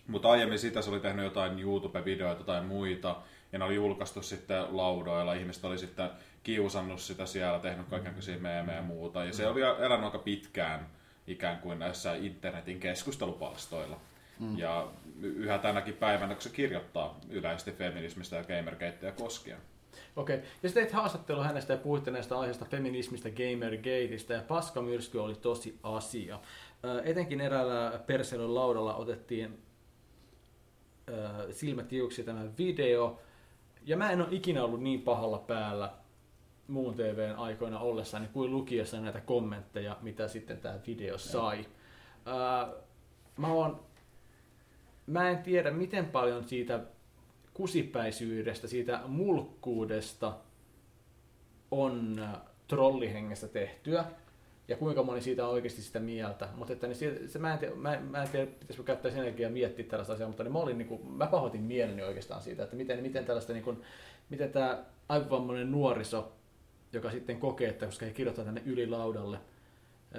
mutta aiemmin sitä se oli tehnyt jotain YouTube-videoita tai muita, ja ne oli julkaistu sitten laudoilla, ihmiset oli sitten kiusannut sitä siellä, tehnyt kaikenlaisia meemejä ja muuta, ja Mm. se oli elänyt aika pitkään ikään kuin näissä internetin keskustelupalstoilla. Mm. Ja y- yhä tänäkin päivänä, kun se kirjoittaa yleisesti feminismistä ja gamergateja koskien. Okei, ja sitten teit haastattelu hänestä ja puhuitte näistä aiheista feminismistä, Gamergateista ja paskamyrsky oli tosi asia. Ö, etenkin eräällä perseilyn laudalla otettiin ö, silmät tiuksi tämä video, ja mä en ole ikinä ollut niin pahalla päällä muun TVn aikoina ollessani kuin lukiessa näitä kommentteja, mitä sitten tämä video sai. Ö, mä oon mä en tiedä miten paljon siitä kusipäisyydestä, siitä mulkkuudesta on äh, trollihengessä tehtyä ja kuinka moni siitä on oikeasti sitä mieltä. Mutta että niin siitä, se, mä, en tiedä, mä, mä en tiedä, pitäisikö käyttää sen energiaa miettiä tällaista asiaa, mutta niin mä, olin, niin kuin, mä pahoitin mieleni oikeastaan siitä, että miten, miten tällaista, niin kuin, miten tämä aivovammainen nuoriso, joka sitten kokee, että koska he kirjoittaa tänne ylilaudalle,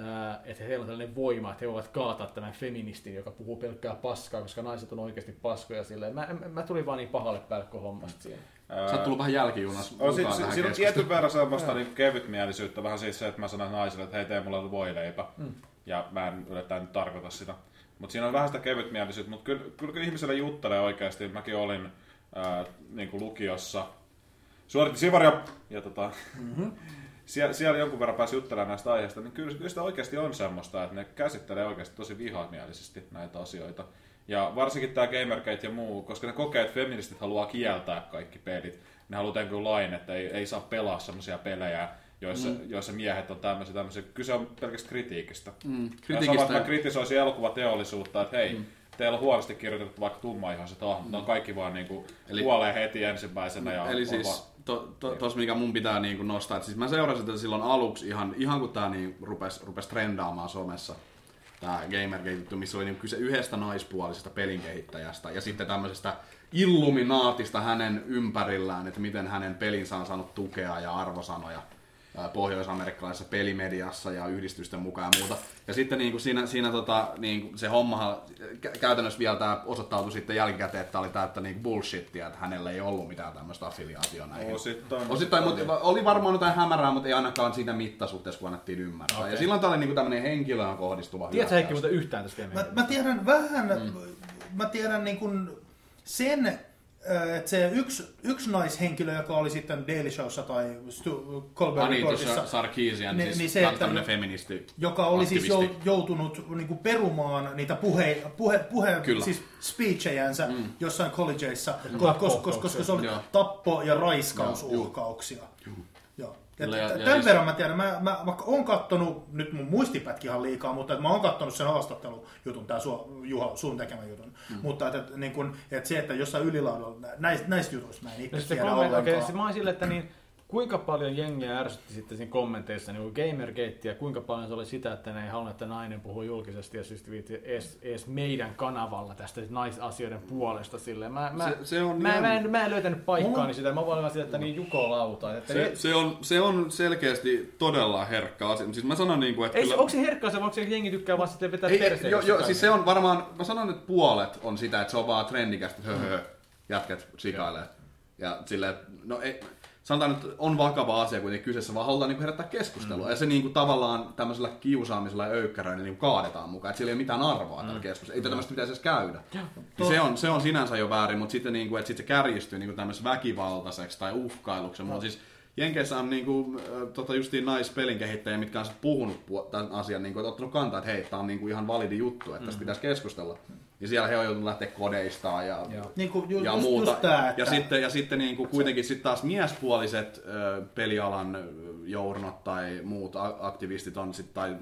ää, että heillä on tällainen voima, että he voivat kaataa tämän feministin, joka puhuu pelkkää paskaa, koska naiset on oikeasti paskoja silleen. Mä, mä- mä tulin vaan niin pahalle päälle hommasta siihen. Sä oot tullut vähän jälkijunas On mukaan si- si- tähän siinä on keskusteluun. tietyn verran semmoista niin kevytmielisyyttä, vähän siis se, että mä sanon naisille, että hei tee mulle voileipä. Mm. Ja mä en yllättäen nyt tarkoita sitä. Mutta siinä on vähän sitä kevytmielisyyttä, mutta kyllä, kyllä, kyllä ihmiselle juttelee oikeasti. Mäkin olin ää, niin kuin lukiossa, suoritin sivaria ja tota, siellä, siellä jonkun verran pääsi juttelemaan näistä aiheista, niin kyllä, kyllä sitä oikeasti on semmoista, että ne käsittelee oikeasti tosi vihamielisesti näitä asioita. Ja varsinkin tämä Gamergate ja muu, koska ne kokee, että feministit haluaa kieltää kaikki pelit. Ne haluaa tehdä kyllä lain, että ei, ei saa pelaa semmoisia pelejä, joissa, mm. joissa miehet on tämmöisiä, tämmöisiä. Kyse on pelkästään kritiikistä. Mm, Jos kritiikistä on, että ja- mä kritisoisin elokuvateollisuutta, että hei, mm. teillä on huonosti kirjoitettu vaikka tummaihoiset hahmot, mm. on kaikki vaan niinku Eli- Eli... kuolee heti ensimmäisenä. Ja Eli on siis vaan- to, to, tos, mikä mun pitää niinku nostaa, että siis mä seurasin tätä silloin aluksi ihan, ihan kun tää niin rupes, rupes trendaamaan somessa. Tää Gamergate-juttu, missä oli niinku kyse yhdestä naispuolisesta pelinkehittäjästä ja sitten tämmöisestä illuminaatista hänen ympärillään, että miten hänen pelinsä on saanut tukea ja arvosanoja ää, pohjois-amerikkalaisessa pelimediassa ja yhdistysten mukaan ja muuta. Ja sitten niin kuin siinä, siinä tota, niin kuin se hommahan kä- käytännössä vielä tämä osoittautui sitten jälkikäteen, että tämä oli täyttä niin bullshittia, että hänellä ei ollut mitään tämmöistä affiliaatiota näihin. Osittain. Osittain, mutta oli varmaan jotain hämärää, mutta ei ainakaan siinä mittasuhteessa, kun annettiin ymmärtää. Okay. Ja silloin tämä oli niinku tämmöinen henkilöön kohdistuva Tiedätkö Heikki hyökkäys. muuten yhtään tästä Mä, Gamergateista? mä tiedän vähän, mm. mä tiedän niin kuin sen, ö, että se yksi, yksi naishenkilö, joka oli sitten Daily Showssa tai Stu, Colbert Ah niin, Reportissa, tuossa Sarkisian, Niin- niin, siis niin se, se, että, että- tämmöinen feministi. joka oli siis aktivisti. jou, joutunut niin kuin perumaan niitä puhe, puhe, puhe Kyllä. siis speechejänsä mm. jossain collegeissa, koska, koska, koska, koska se oli Joo. tappo- ja Joo, juu. raiskausuhkauksia. Joo. Ja Kyllä, ja- t- ja tämän siis- verran mä tiedän, mä, mä, mä oon kattonut, nyt mun muistipätki ihan liikaa, mutta et mä oon kattonut sen haastattelujutun, tää sua, Juha, sun tekemän jutun. Mm. Mutta et, et, niin kun, et se, että jossain ylilaudalla, näistä näis jutuista mä en itse No sitten tiedä komment, ollenkaan. okei, siis mä oon silleen, että niin, Kuinka paljon jengiä ärsytti sitten siinä kommenteissa niin Gamergate ja kuinka paljon se oli sitä, että ne ei halunnut, että nainen puhuu julkisesti ja syystä viitti edes, edes, meidän kanavalla tästä naisasioiden puolesta silleen. Mä, mä, Se- se on mä, ihan- mä, en, mä en löytänyt paikkaani sitä. Mä vaan olin sitä, että niin Juko lautaa. Että Se, se, on, se on selkeästi todella herkkä asia. Siis mä sanon niin kuin, että ei, se, kyllä... onko se herkkaa se, vai onko se jengi tykkää vaan sitten vetää Ei, perseelle? ei, joo, joo, sitä? siis se on varmaan, mä sanon, että puolet on sitä, että se on vaan trendikästä, että höhö, jätkät sikailee. Ja silleen, että no ei, sanotaan, että on vakava asia kuitenkin kyseessä, vaan halutaan niinku herättää keskustelua. Ja se niinku tavallaan tämmöisellä kiusaamisella ja öykkäröillä niinku kaadetaan mukaan, että sillä ei ole mitään arvoa tällä keskustelulla. Ei tätä tämmöistä pitäisi edes käydä. Niin se, on, se on sinänsä jo väärin, mutta sitten niinku, että sit se kärjistyy niinku tämmöiseksi väkivaltaiseksi tai uhkailuksi. Mutta siis Jenkeissä on niinku, äh, tota justiin naispelin kehittäjiä, mitkä on sit puhunut puo- tämän asian, niinku, että ottanut kantaa, että hei, tämä on niinku ihan validi juttu, että tästä pitäisi keskustella. Ja siellä he on joutunut lähteä kodeistaan ja, Joo. Niin kuin ju- ja just, muuta. just tää, että Ja sitten, ja sitten niinku kuitenkin sit taas miespuoliset ö, pelialan ö, journot tai muut a- aktivistit on sit, tai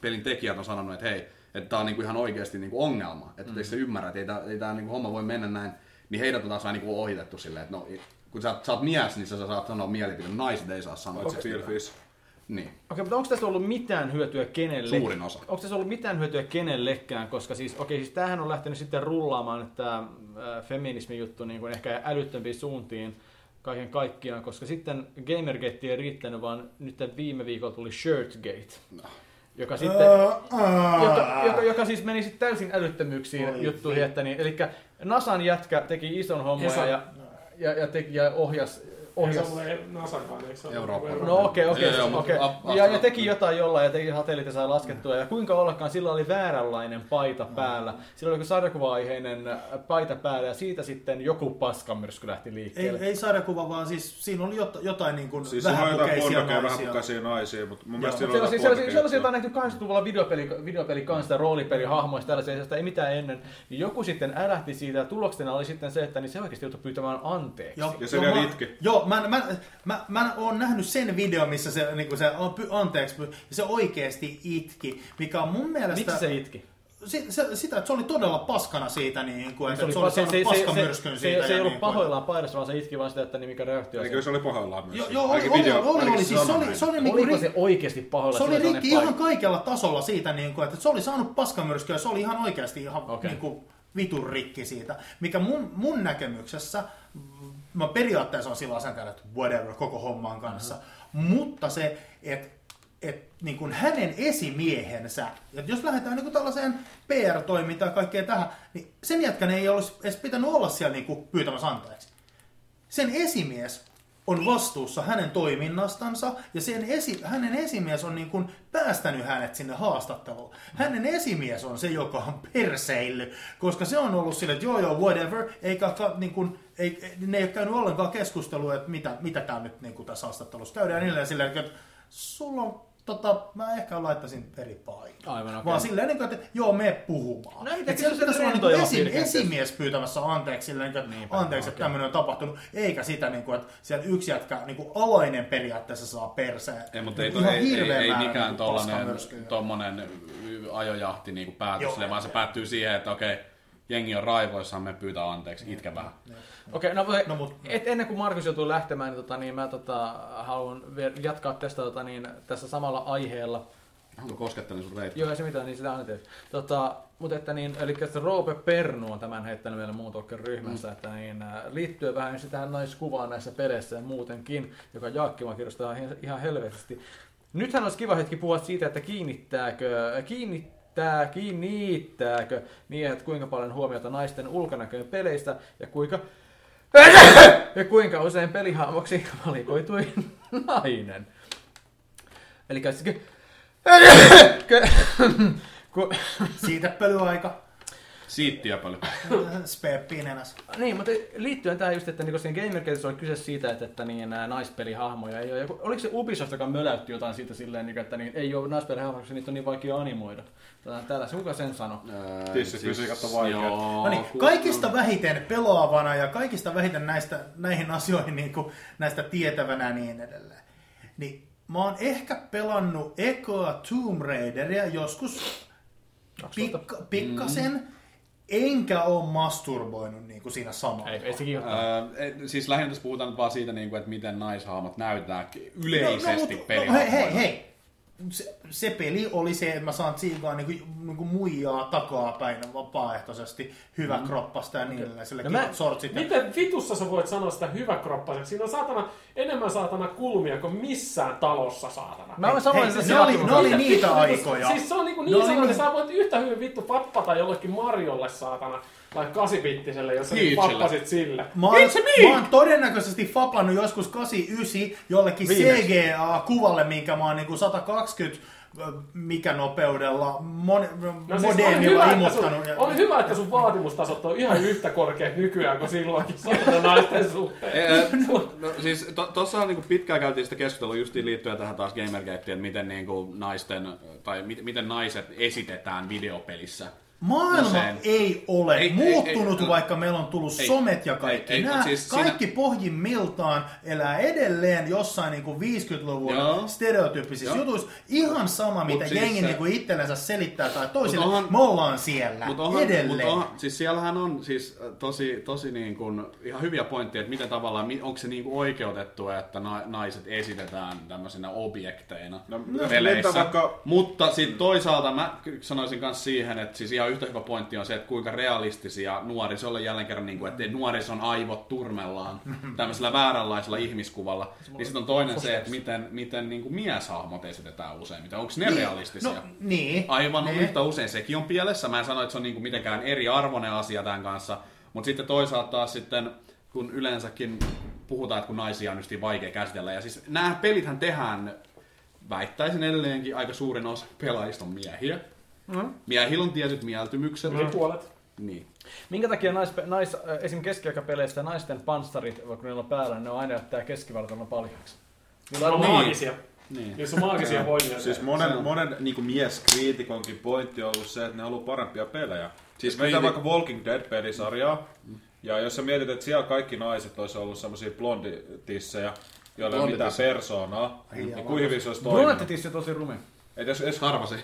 pelin tekijät on sanonut, että hei, että tämä on niinku ihan oikeasti niinku ongelma. Että mm. se ymmärrä, että ei tämä ei tää niinku homma voi mennä näin. Niin heidät on taas vähän niinku ohitettu silleen, että no, i- kun sä, oot- sä oot mies, niin sä, sä saat sanoa mielipiteen. Naiset ei saa sanoa. Paitsi itse Phil asiassa Fish. mitään. Niin. Okei, mutta onko tästä ollut mitään hyötyä kenelle? Suurin osa. Onko tässä ollut mitään hyötyä kenellekään? Koska siis, okei, siis tämähän on lähtenyt sitten rullaamaan nyt tämä äh, feminismin juttu niin kuin ehkä älyttömpiin suuntiin kaiken kaikkiaan, koska sitten Gamergate ei riittänyt, vaan nyt tämän viime viikolla tuli Shirtgate, No. joka sitten... joka, joka, joka, siis meni sitten täysin älyttömyyksiin Oi juttuihin. Että niin, eli Nasan jätkä teki ison homman Esa. ja, ja, ja, teki, ja ohjas, Ei se ohjas ole Nasankaan, eikö se ole? Eurooppa. Euroopan? No okei, okei, Joo, joo, mutta okei. up- up- Ja, up- ja teki jotain jollain ja teki hatelit ja sai laskettua. Ja kuinka ollakaan, sillä oli vääränlainen paita Mm. päällä. Sillä oli joku sarjakuva-aiheinen äh, paita päällä ja siitä sitten joku paskamyrsky lähti ei, liikkeelle. ei saada kuva, vaan siis siinä oli jot, jotain niin kuin Siis se on jotain vähäpukeisia kondokeja, vähän naisia. pukaisia naisia, mutta mun mielestä Mut siinä on Sellaisia, jotain sellaisia, kondokeja. sellaisia, joita on nähty 80-luvulla videopeli, videopelikanssa, roolipelihahmoista, tällaisia, joista ei mitään ennen. Niin joku sitten älähti siitä ja tuloksena oli sitten se, että niin se oikeasti joutui pyytämään anteeksi. Joo, Ja se joo, vielä mä- itki. Joo, mä, mä, mä, mä oon nähnyt sen videon, missä se, niin kuin se on py- anteeksi, py- ja se oikeasti itki, mikä on mun mielestä... Miksi se itki? Si, se, sitä, että se oli todella paskana siitä, niin kuin, että se, pa- oli saanut paskamyrskyn se, siitä. se, se ja ei niin ollut kuin- pahoillaan paidassa, vaan se itki vaan sitä, että niin mikä reaktio Eikö se oli pahoillaan myös? Joo, joo, oli, Ainakin oli, video- oli, ainakin oli, siis se oli, näin. se oli, niin kuin, Oliko ri- se oikeasti pahoilla? se oli sellainen rikki paikka? ihan kaikella tasolla siitä, niin kuin, että se oli saanut paskamyrskyä, se oli ihan oikeasti ihan Okei. okay. niin kuin, vitun rikki siitä. Mikä mun, mun näkemyksessä, mm, mä periaatteessa on sillä asenteella, että whatever, koko hommaan kanssa. Mm-hmm. Mutta se, että et, niin kuin hänen esimiehensä, että jos lähdetään niin kuin tällaiseen PR-toimintaan ja kaikkeen tähän, niin sen jätkän ei olisi edes pitänyt olla siellä niin kuin pyytämässä anteeksi sen esimies on vastuussa hänen toiminnastansa ja sen esi- hänen esimies on niin kuin päästänyt hänet sinne haastatteluun. Hänen esimies on se, joka on perseillyt, koska se on ollut silleen, että joo joo, whatever, eikä ka, niin kuin, ei, ne ei ole käynyt ollenkaan keskustelua, että mitä, mitä tämä nyt niin kuin tässä haastattelussa käydään. Niillä ei silleen, että sulla on, tota, mä ehkä laittaisin eri paikan. Aivan okei. Vaan silleen, niin kuin, että joo, me puhumaan. No, mitä että kyllä siellä se pitäisi olla niin rentouja kuin esi- virkeästi. esimies mies pyytämässä anteeksi, silleen, että Niinpä, anteeksi, että okei. tämmöinen on tapahtunut, eikä sitä, niin kuin, että siellä yksi jätkä niin kuin alainen periaatteessa saa perseen. Niin Ei, mutta ei, Ihan toi, ei, ei, hirveä ei määrä mikään niin kuin tollanen, paskamyrskyjä. tommonen ajojahti niinku pääty Joo. sille, vaan se päättyy siihen, että okei, jengi on raivoissaan, me pyytää anteeksi, itke vähän. Okei, no, voi, No no mut- et ennen kuin Markus joutuu lähtemään, niin, tota, niin mä tota, haluan vielä jatkaa tästä, tota, niin, tässä samalla aiheella. Onko koskettelen sun reitä? Joo, ei se mitään, niin sitä aina teet. Tota, mutta että niin, eli se Roope Pernu on tämän heittänyt vielä muutokken ryhmässä, mm. että niin, ää, liittyy vähän just tähän naiskuvaan näissä peleissä ja muutenkin, joka Jaakki vaan kirjoittaa ihan- ihan helvetisti. Nythän olisi kiva hetki puhua siitä, että kiinnittääkö, kiinnittää, kiinnittääkö miehet kuinka paljon huomiota naisten ulkonäköön peleissä ja kuinka ja kuinka usein pelihahmoksi valikoitui nainen. siis, Eli Ku, Siitä pölyaika, Siittiä paljon. speeppiin enäs. niin, mutta liittyen tähän just, että niin siinä Gamergatessa oli kyse siitä, että, että niin, nämä naispelihahmoja ei ole. Ja Oliko se Ubisoft, joka möläytti jotain siitä silleen, niin, että niin, ei ole naispelihahmoja, koska niitä on niin vaikea animoida? Tällä, tällä se, kuka sen sanoi? Siis Tissifysiikat on vaikeat. No niin, kaikista vähiten pelaavana ja kaikista vähiten näistä, näihin asioihin niin kuin, näistä tietävänä ja niin edelleen. Niin mä oon ehkä pelannut ekaa Tomb Raideria joskus pikka, pikkasen. enkä ole masturboinut niin kuin siinä samalla. Ei, ei se kiihottaa. Öö, et- siis lähinnä tässä puhutaan nyt vaan siitä, niin kuin, että miten naishaamat näytetään No, mut- no, yleisesti pelin hei, hei, hei. Se, se, peli oli se, että mä saan siikaa niinku, niinku muijaa takapäin vapaaehtoisesti hyvä mm. kroppasta ja niin edelleen. Sille No no mä- sortsit. ja- Miten vitussa sä voit sanoa sitä hyväkroppaseksi? Siinä on saatana, enemmän saatana kulmia kuin missään talossa saatana. Mä Hei, olen samoin hei, tässä ne oli, Jaakon ne oli kanssa. niitä Siis- aikoja. Siis se on niinku niin No no, niin, sanoa, että niin. sä voit yhtä hyvin vittu pappata jollekin Marjolle saatana. Tai kasipittiselle, jos sä nyt Peachillä. pappasit sille. Mä oon, niin? mä oon todennäköisesti faplannut joskus 89 jollekin Viimeksi. CGA-kuvalle, minkä mä oon niinku 120 ö, mikä nopeudella mon, No no siis on, hyvä, modeemilla että sun, imuttanut. ja- on hyvä, että sun vaatimustasot on ihan yhtä korkeat nykyään kuin silloinkin saatana naisten suhteen. Ee, no, siis to- tuossa on niinku pitkään käytiin sitä keskustelua justiin liittyen tähän taas Gamergateen, että miten, niinku naisten, tai mit, miten naiset esitetään videopelissä. Maailma Usein. ei ole No Ei, ei, ei, muuttunut, ei, ei, ei. vaikka meillä on tullut Ei, ei, somet ja kaikki. ei, Ei, ei, Nämä mut siis siis kaikki siinä... pohjimmiltaan elää edelleen jossain niinku 50-luvun Joo. Joo. stereotyyppisissä Joo. jutuissa. Ihan sama, mitä siis jengi siis se- se... niinku itsellensä selittää tai toisille. onhan- Me ollaan siellä Mut edelleen. Mut onhan, siis siellähän on siis äh, tosi, tosi niin kun, ihan hyviä pointteja, että mitä tavallaan, mi- onko se niin kuin oikeutettu, että na- naiset esitetään tämmöisinä objekteina no, No, peleissä. entä vaikka- Mutta sitten toisaalta mä ky- sanoisin myös siihen, että siis ihan yhtä hyvä pointti on se, että kuinka realistisia nuorisolle jälleen kerran, niin kuin, että nuorison aivot turmellaan tämmöisellä vääränlaisella ihmiskuvalla. Niin sitten on toinen se, että miten, miten niin kuin mieshahmot esitetään useimmiten. Onko ne realistisia? No, niin. Aivan ne. ne. yhtä usein sekin on pielessä. Mä en sano, että se on niinku mitenkään eri arvoinen asia tämän kanssa. Mutta sitten toisaalta taas sitten, kun yleensäkin puhutaan, että kun naisia on justiin vaikea käsitellä. Ja siis nämä pelithän tehdään, väittäisin edelleenkin, aika suurin osa pelaajista on miehiä. Mm. Miehillä on tietyt mieltymykset. Yli puolet. Niin. Minkä takia nais, nais, äh, esim. keskiaikapeleissä naisten panssarit, vaikka niillä on päällä, ne on aina jättää keskivartalon paljaksi. Ne on No Niin. maagisia. niin. Niissä on maagisia voimia. Siis Se monen, on. monen niin kuin mieskriitikonkin pointti on ollut se, että ne haluaa parempia pelejä. Siis meitä kriitik- vaikka Walking Dead-pelisarjaa, ja jos sä mietit, että siellä kaikki naiset olisi ollut semmoisia blonditissejä, joilla ei ole mitään Blonditissejä. persoonaa, Ai niin jaa. kuin hyvin se olisi toiminut. Brunettitissi on tosi rumi. Et jos, jos, Harva se.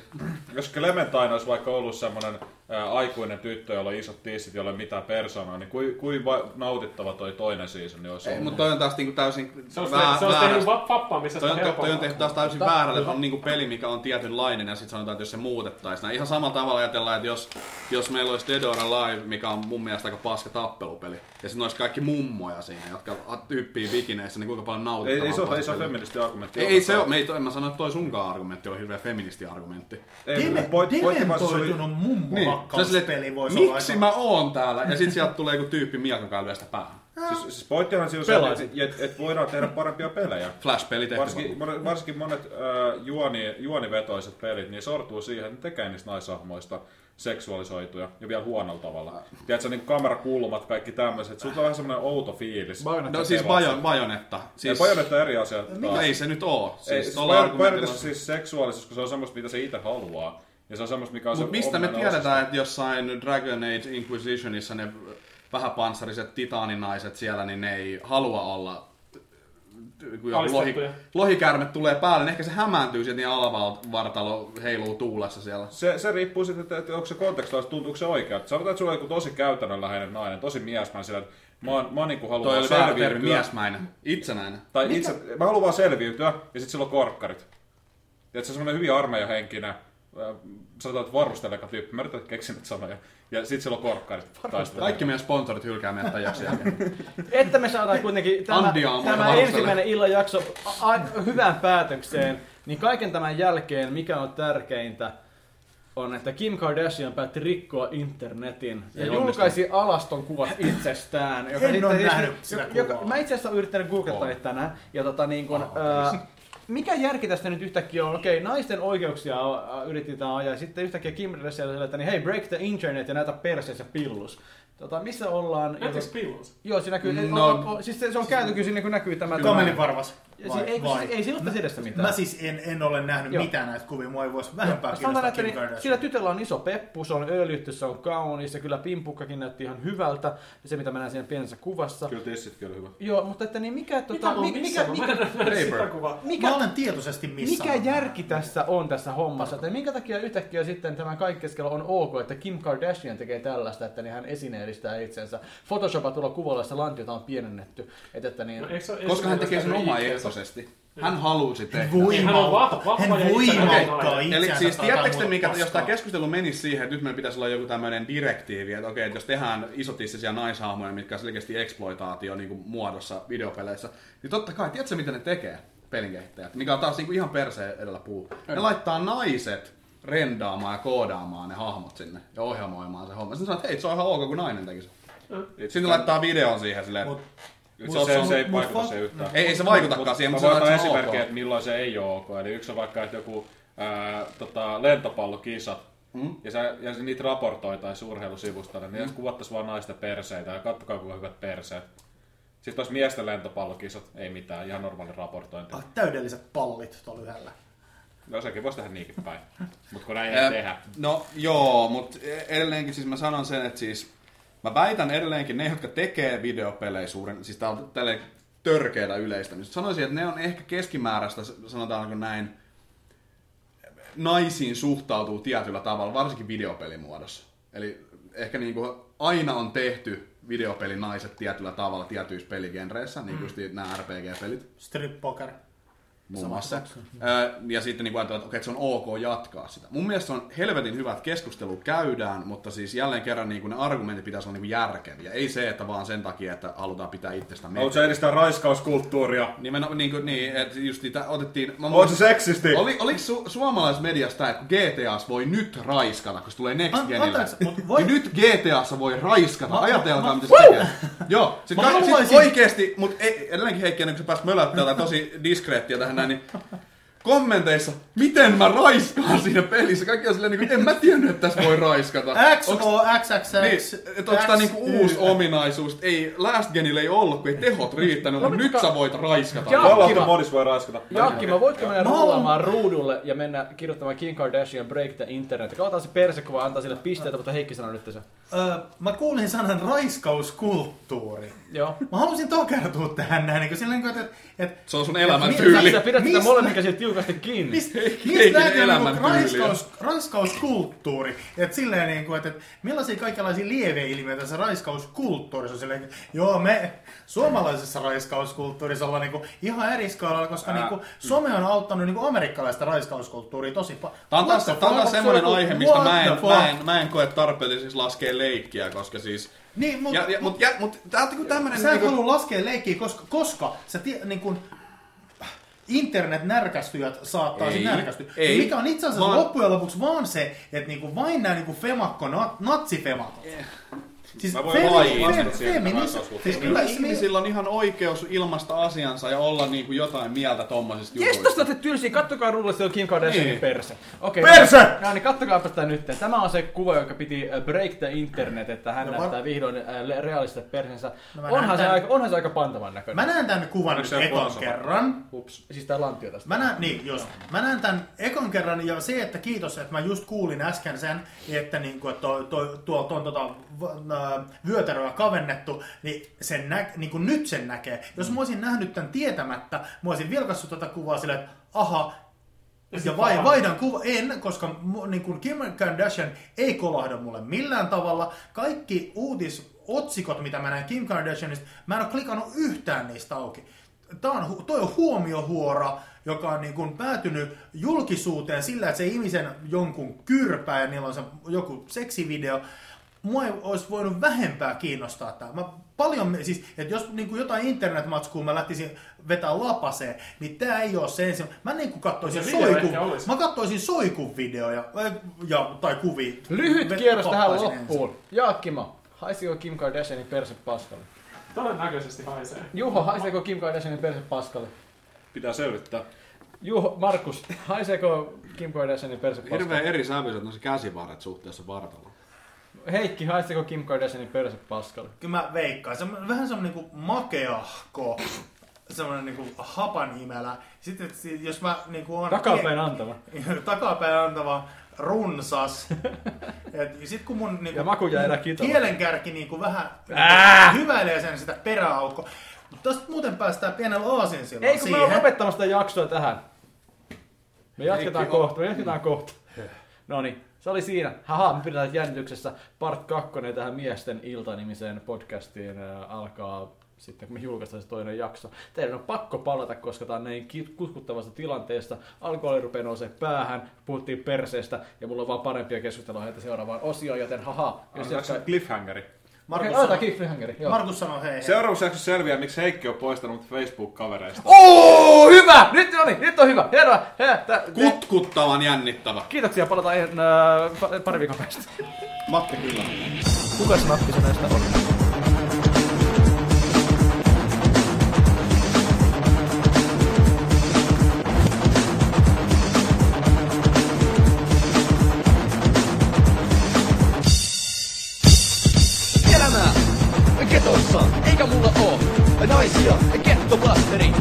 jos Clementine olisi vaikka ollut semmoinen ää, aikuinen tyttö, jolla on isot tissit, jolla ei ole mitään persoonaa, niin kuin kui va- nautittava toi toinen seasoni olisi ollut. Mutta toi on taas niinku täysin Se olisi, väär- se olisi väärästä- tehnyt va- pappaamisesta Toi on, toi on tehty taas täysin Mutta- väärälle, että on niinku peli, mikä on tietynlainen ja sitten sanotaan, että jos se muutettaisiin. näin. Ihan samalla tavalla ajatellaan, että jos, jos meillä olisi Dead or Alive, mikä on mun mielestä aika paska tappelupeli, ja sitten olisi kaikki mummoja siinä, jotka hyppii vikineissä, niin kuinka paljon Ei, nautittavaa. ei, se ole, ei se ole peli. feministi argumentti. Ei, ei se ole, me ei, toi- en mä sano, että toi sunkaan argumentti on hirveä feministi argumentti. Deme- Dementoitunut mummo Niin, se on silleen, peli että voisi olla miksi aika- mä oon täällä? Ja sitten sieltä tulee joku tyyppi miakan kanssa lyö sitä päähän. Siis, siis pointtihan siinä on se, Pelaisin. että et, et voidaan tehdä parempia pelejä. Flash-peli tehty. Varsinkin, mon- varsinkin monet äh, juoni, juonivetoiset pelit, niin sortuu siihen, että ne tekee niistä naisahmoista seksuaalisoituja ja vielä huonolla tavalla. Tiedätkö, niin kamerakulmat, kaikki tämmöiset. Sulla on vähän semmoinen outo fiilis. Bayonetta No siis pelaa. bajon, bajonetta. Siis... Siis, No Ja Bajonetta eri asia. taas. ei se nyt oo. Ei, Siis siis tolla Bajonetta argumentilla- Bajonetta on siis seksuaalisuus, kun se on semmoista, mitä se itse haluaa. Ja se on semmoista, mikä on se Mutta mistä me ominainen osa sitä. tiedetään, että jossain Dragon Age Inquisitionissa ne vähäpanssariset titaaninaiset siellä, niin ne ei halua olla kun joku lohi, Alistettuja. lohikäärme tulee päälle, niin ehkä se hämääntyy sieltä ja alavartalo heiluu tuulessa siellä. Se, se riippuu siitä, että, että onko se kontekstuaalista, tuntuuko se oikealta. Sanotaan, että sulla on joku tosi käytännönläheinen nainen, tosi miesmäinen sillä, että mä, oon- mä niin haluan Toi vaan oli väärä termi, selviytyä. miesmäinen, itsenäinen. Tai itse, mä haluan vaan selviytyä, ja sitten sillä on korkkarit. Ja se on semmoinen hyvin armeijahenkinen, äh, sanotaan, että varusteleka tyyppi. Mä yritän keksiä nyt sanoja. Ja sitten sillä on korkkarit. taistelu. Kaikki meidän sponsorit hylkää meidät tämän jakson jälkeen. Että me saadaan kuitenkin tämä, Andia on tämä varmasti ensimmäinen illan jakso a- a- hyvään päätökseen, niin kaiken tämän jälkeen, mikä on tärkeintä, on, että Kim Kardashian päätti rikkoa internetin ja, Ei julkaisi alaston kuvat itsestään. En sitten ole siis- nähnyt sitä kuvaa. Mä itse asiassa olen yrittänyt googlettaa On. niitä tänään. Ja tota, niin kun, ää, mikä järki tästä nyt yhtäkkiä on? Okei, naisten oikeuksia ää, yritetään ajaa ja sitten yhtäkkiä Kim Kardashian että niin hei, break the internet ja näytä perseessä pillus. Tota, missä ollaan? Ja tota- Näytäks tot- pillus? Joo, se näkyy. No. No, o, o, siis se, se on käyty kyllä, niin kuin näkyy tämä. Kamelin varvas. Ja Vai- si- ei, kun vai- siis- ei siinä ole tässä edessä mitään. Mä siis en, en ole nähnyt Joo. Joo. mitään näitä kuvia, mua ei voisi vähempää Sitten mä niin, kiinnostaa näyttelin, Kim Kardashian. sillä tytöllä on iso peppu, se on öljytty, se on kaunis ja kyllä pimpukkakin näytti ihan hyvältä. Ja se mitä mä näin siinä pienessä kuvassa. Kyllä tessitkin oli hyvä. Joo, mutta että niin mikä, Mitä tota, mä oon mi- mikä, missannut? Mä en mikä, ole nähnyt sitä Paper. kuvaa. mikä, Mä olen tietoisesti missä. mikä järki tässä on tässä hommassa? Että minkä takia yhtäkkiä sitten tämän kaikki keskellä on ok, että Kim Kardashian tekee tällaista, että niin hän esineellistää itsensä. Photoshopatulla kuvalla sitä lantiota on pienennetty. Että, että niin, No, eikö se ole Koska hän ensimmäinen tekee sen tämmöinen omaehtoisesti. Hän halusi tehdä. vahva- Voimauttaa. vahva Hän ja voimauttaa itsenäinen. itseänsä. Eli siis tai tiedättekö te, muuta mikä, jos paskaa. tämä keskustelu menisi siihen, että nyt meillä pitäisi olla joku tämmöinen direktiivi, että okei, että jos tehdään isotissisia naishahmoja, mitkä on selkeästi exploitaatio niin kuin muodossa videopeleissä, niin totta kai, tiedätkö mitä ne tekee, pelinkehittäjät, mikä on taas niin kuin ihan perse edellä puu. Ne laittaa naiset rendaamaan ja koodaamaan ne hahmot sinne ja ohjelmoimaan se homma. Sitten sanoo, että hei, se on ihan ok, kun nainen teki sen. Sitten ne laittaa videon siihen silleen, Mut- että Mut Se on- se, se, se on- ei mut vaikuta fuck- se yhtään. ei, ei se vaikutakaan siihen, Mä mutta voin se ottaa on ihan esimerkkejä, että ok. milloin se ei ole ok. Eli yksi on vaikka, että joku ää, tota, lentopallokisat, mm. ja, sä, ja se niitä raportoitaisiin urheilusivustolle, niin jos kuvattaisiin vaan naisten perseitä, ja kattokaa kuinka hyvät perseet. Sitten olisi miesten lentopallokisat, ei mitään, ihan normaali raportointi. Ah, täydelliset pallit tuolla yhdellä. No sekin voisi tehdä niinkin päin, mutta kun näin Ää, ei tehdä. No joo, mutta edelleenkin siis mä sanon sen, että siis mä väitän edelleenkin ne, jotka tekee videopelejä suuren, siis tää on tälle törkeätä yleistämistä. niin Sanoisin, että ne on ehkä keskimääräistä, sanotaanko näin, naisiin suhtautuu tietyllä tavalla, varsinkin videopelimuodossa. Eli ehkä niin kuin aina on tehty videopelin naiset tietyllä tavalla tietyissä peligenreissä, niin kuin mm. nämä RPG-pelit Strip poker. muun Sama muassa. kaksi. Öö, ja sitten niin ajatellaan, että, okei, että se on ok jatkaa sitä. Mun mielestä se on helvetin hyvä, että keskustelu käydään, mutta siis jälleen kerran niin kuin ne argumentit pitäisi olla niin kuin järkeviä. Ei se, että vaan sen takia, että halutaan pitää itsestä Haluatko meitä. sä edistää raiskauskulttuuria? Nimenomaan, niin, kuin, niin että just niitä otettiin... Mä Oot sä seksisti? Oli, oliko su- suomalaismediasta, että GTAs voi nyt raiskata, kun se tulee Next An- Genille? anteeksi, mut voi- Voi... Nyt GTAssa voi raiskata, Ma- ajatelkaa ma- mitä se tekee. Joo, sit, Mä ka- sit haluaisin- oikeesti, mut e- edelleenkin Heikki, ennen kuin sä pääsit mölättää tää tosi diskreettiä tähän näin, niin kommenteissa, miten mä raiskaan siinä pelissä. Kaikki on silleen, niin kuin, en mä tiennyt, että tässä voi raiskata. X, Onks- O, X, X, niin, X, että onko tämä X, niinku Y. uusi ominaisuus? Ei, Last Genillä ei ollut, kun ei tehot riittänyt, mutta nyt sä voit raiskata. Jaa, Jollain kiva. modissa voi raiskata. Jaakki, mä voitko mennä Mä oon- rullaamaan ruudulle ja mennä kirjoittamaan Kim Kardashian Break the Internet. Katsotaan se persekuva antaa sille pisteitä, mutta Heikki sanoi nyt se. Öö, mä kuulin sanan raiskauskulttuuri. Joo. Mä halusin tokertua tähän näin, niin sillä niin että, että Se on sun Tyyli. elämäntyyli. Sä pidät sitä Mistä- molemmin käsin tiukasti kiinni. mistä Heikin mist näkyy elämän niinku tyyliä. raiskaus, raiskauskulttuuri? Että silleen niin kuin, että, että millaisia kaikenlaisia lieveilmiöitä se raiskauskulttuurissa on silleen, että joo me suomalaisessa raiskauskulttuurissa ollaan niin kuin ihan eri skaalalla, koska Ää, niin mm. kuin, some on auttanut niin kuin amerikkalaista raiskauskulttuuria tosi paljon. Tämä on taas, What the tämä on taas fuck? semmoinen What aihe, mistä the mä en, fuck? mä, en, mä en koe tarpeelliseksi laskea leikkiä, koska siis... Niin, mut, Ja, ja, mut, ja, mut, tää on niinku tämmönen... Sä et niinku, halua laskea leikkiä, koska, koska sä tie, niin kun, internet-närkästyjät saattaa Ei, ei, närkästyä. ei. Mikä on itse asiassa Vaan- vaan... loppujen lopuksi vaan se, että niinku vain nämä niinku femakko, nat, natsifemakot. Siis Mä voin laajia vastata siihen, että raiskauskulttuuri. siis Kyllä kyllä ihmisillä... ihmisillä on ihan oikeus ilmaista asiansa ja olla niinku jotain mieltä tommosista Jes, jutuista. tästä te tylsiä, kattokaa rullalle, siellä on Kim Kardashianin Niin. perse. Okei, Perse! No, no niin, kattokaapa sitä nyt. Tämä on se kuva, joka piti äh, break the internet, että hän No, näyttää var- vihdoin äh, le- realistiset persensä. No, mä onhan, näen se tän- aika, onhan se aika pantavan näköinen. Mä näen tämän kuvan Onko nyt se joku ekan sama? kerran. Ups. Siis tää lantio tästä. Mä näen, niin, jos. Mä näen tämän ekan kerran ja se, että kiitos, että mä just kuulin äsken sen, että niinku, että toi, toi, tuo, tuon tota, v- ää, vyötäröä kavennettu, niin, sen nä, niin kuin nyt sen näkee. Jos mä olisin nähnyt tämän tietämättä, mä olisin vilkassut tätä kuvaa silleen, että aha, Ja sit ja vai, vaan- vaihdan kuva, en, koska mu- niin kuin Kim Kardashian ei kolahda mulle millään tavalla. Kaikki uutisotsikot, mitä mä näen Kim Kardashianista, mä en ole klikannut yhtään niistä auki. Tää on, hu- toi on huomiohuora, joka on niin kuin päätynyt julkisuuteen sillä, että se ihmisen jonkun kyrpää ja niillä on se joku seksivideo. Mua ei olisi voinut vähempää kiinnostaa tämä. Mä paljon, siis, että jos niin kuin jotain internetmatskua mä lähtisin vetää lapaseen, niin tämä ei ole se ensimmäinen. Mä niin kuin katsoisin Se video soikun, ehkä olisi. mä katsoisin soikun videoja äh, ja, tai kuvia. Lyhyt Vet- kierros tähän kattaisin ensin. loppuun. Jaakkima, haisiko Kim Kardashianin perse paskalle? Todennäköisesti haisee. Juho, haiseeko Kim Kardashianin perse paskalle? Pitää selvittää. Juho, Markus, haiseeko Kim Kardashianin perse paskalle? Hirveän eri sävyiset on se käsivarret suhteessa vartaloon. Heikki, haiseeko No, Kim Kardashianin perse paskalle? Kyllä mä veikkaan. Se on vähän semmonen niinku makeahko. semmoinen niinku hapan himelä. Sitten et si- jos mä niinku on Takapäin antava. takapäin antava runsas. Et sit kun mun niinku, Ja maku jää erä kitala. kielenkärki niinku vähän Ää! hyväilee sen sitä peräaukkoa. Tästä muuten päästään pienellä aasinsillaan Ei kun me ollaan No siihen. lopettamassa sitä jaksoa tähän. Me jatketaan Heikki on- kohta, me jatketaan kohta. No niin, se oli siinä. Haha, me pidetään jännityksessä part 2 tähän Miesten ilta-nimiseen podcastiin äh, alkaa sitten kun me julkaistaan se toinen jakso. Teidän on pakko palata, koska tämä on näin ki- kutkuttavasta tilanteesta. Alkoholi rupeaa nousee päähän, puhuttiin perseestä ja mulla on vaan parempia keskustelua heitä seuraavaan osioon, joten haha. Jos Onko se jatkaa... cliffhangeri? Markus, Okei, sanoo, okay, cliffhangeri, joo. Markus sanoo hei. hei. Seuraavassa jaksossa selviää, miksi Heikki on poistanut Facebook-kavereista. Oo, hyvä! Nyt on, nyt on hyvä! Hienoa! Hei, tää- Kutkuttavan jännittävä. Kiitoksia, palataan eh- nää, pa- pari viikon päästä. Matti kyllä. Kuka se nappi sun näistä on? elämää ketossa, eikä mulla oo naisia, kettopasteri.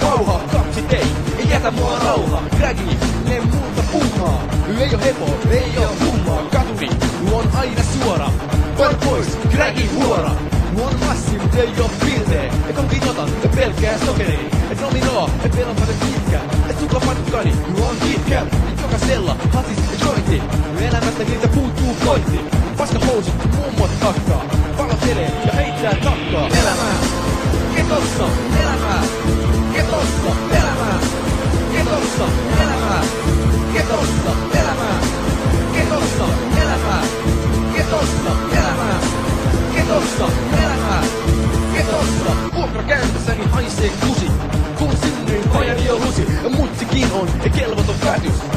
Pauha, kaksit ei, ei jätä mua rauha. Grägi, ne muuta puuhaa. Ei oo hepo, ei oo kummaa. Katuri, nu on aina suora. Vai pois, grägi huora. Nu on massi, mut ei oo piltee. Ja konkin otan, pelkkää sokeri. Et nominoo, et pelon paljon pitkä. Et suka matkani, nu on pitkä. Et jokasella, hatis ja jointi. Elämästä niitä puuttuu koitti. Paska housut, mummot takkaa. Palotelee ja heittää takkaa. Elämää, ketossa, elämää, ketossa, elämää, ketossa, elämää, ketossa, elämää, ketossa, elämää, ketossa, elämää, ketossa, elämää, ketossa. Vuokrakäyntissäni haisee kusi, kun synnyin vajan jo husi. Mutsikin on kelvoton päätys.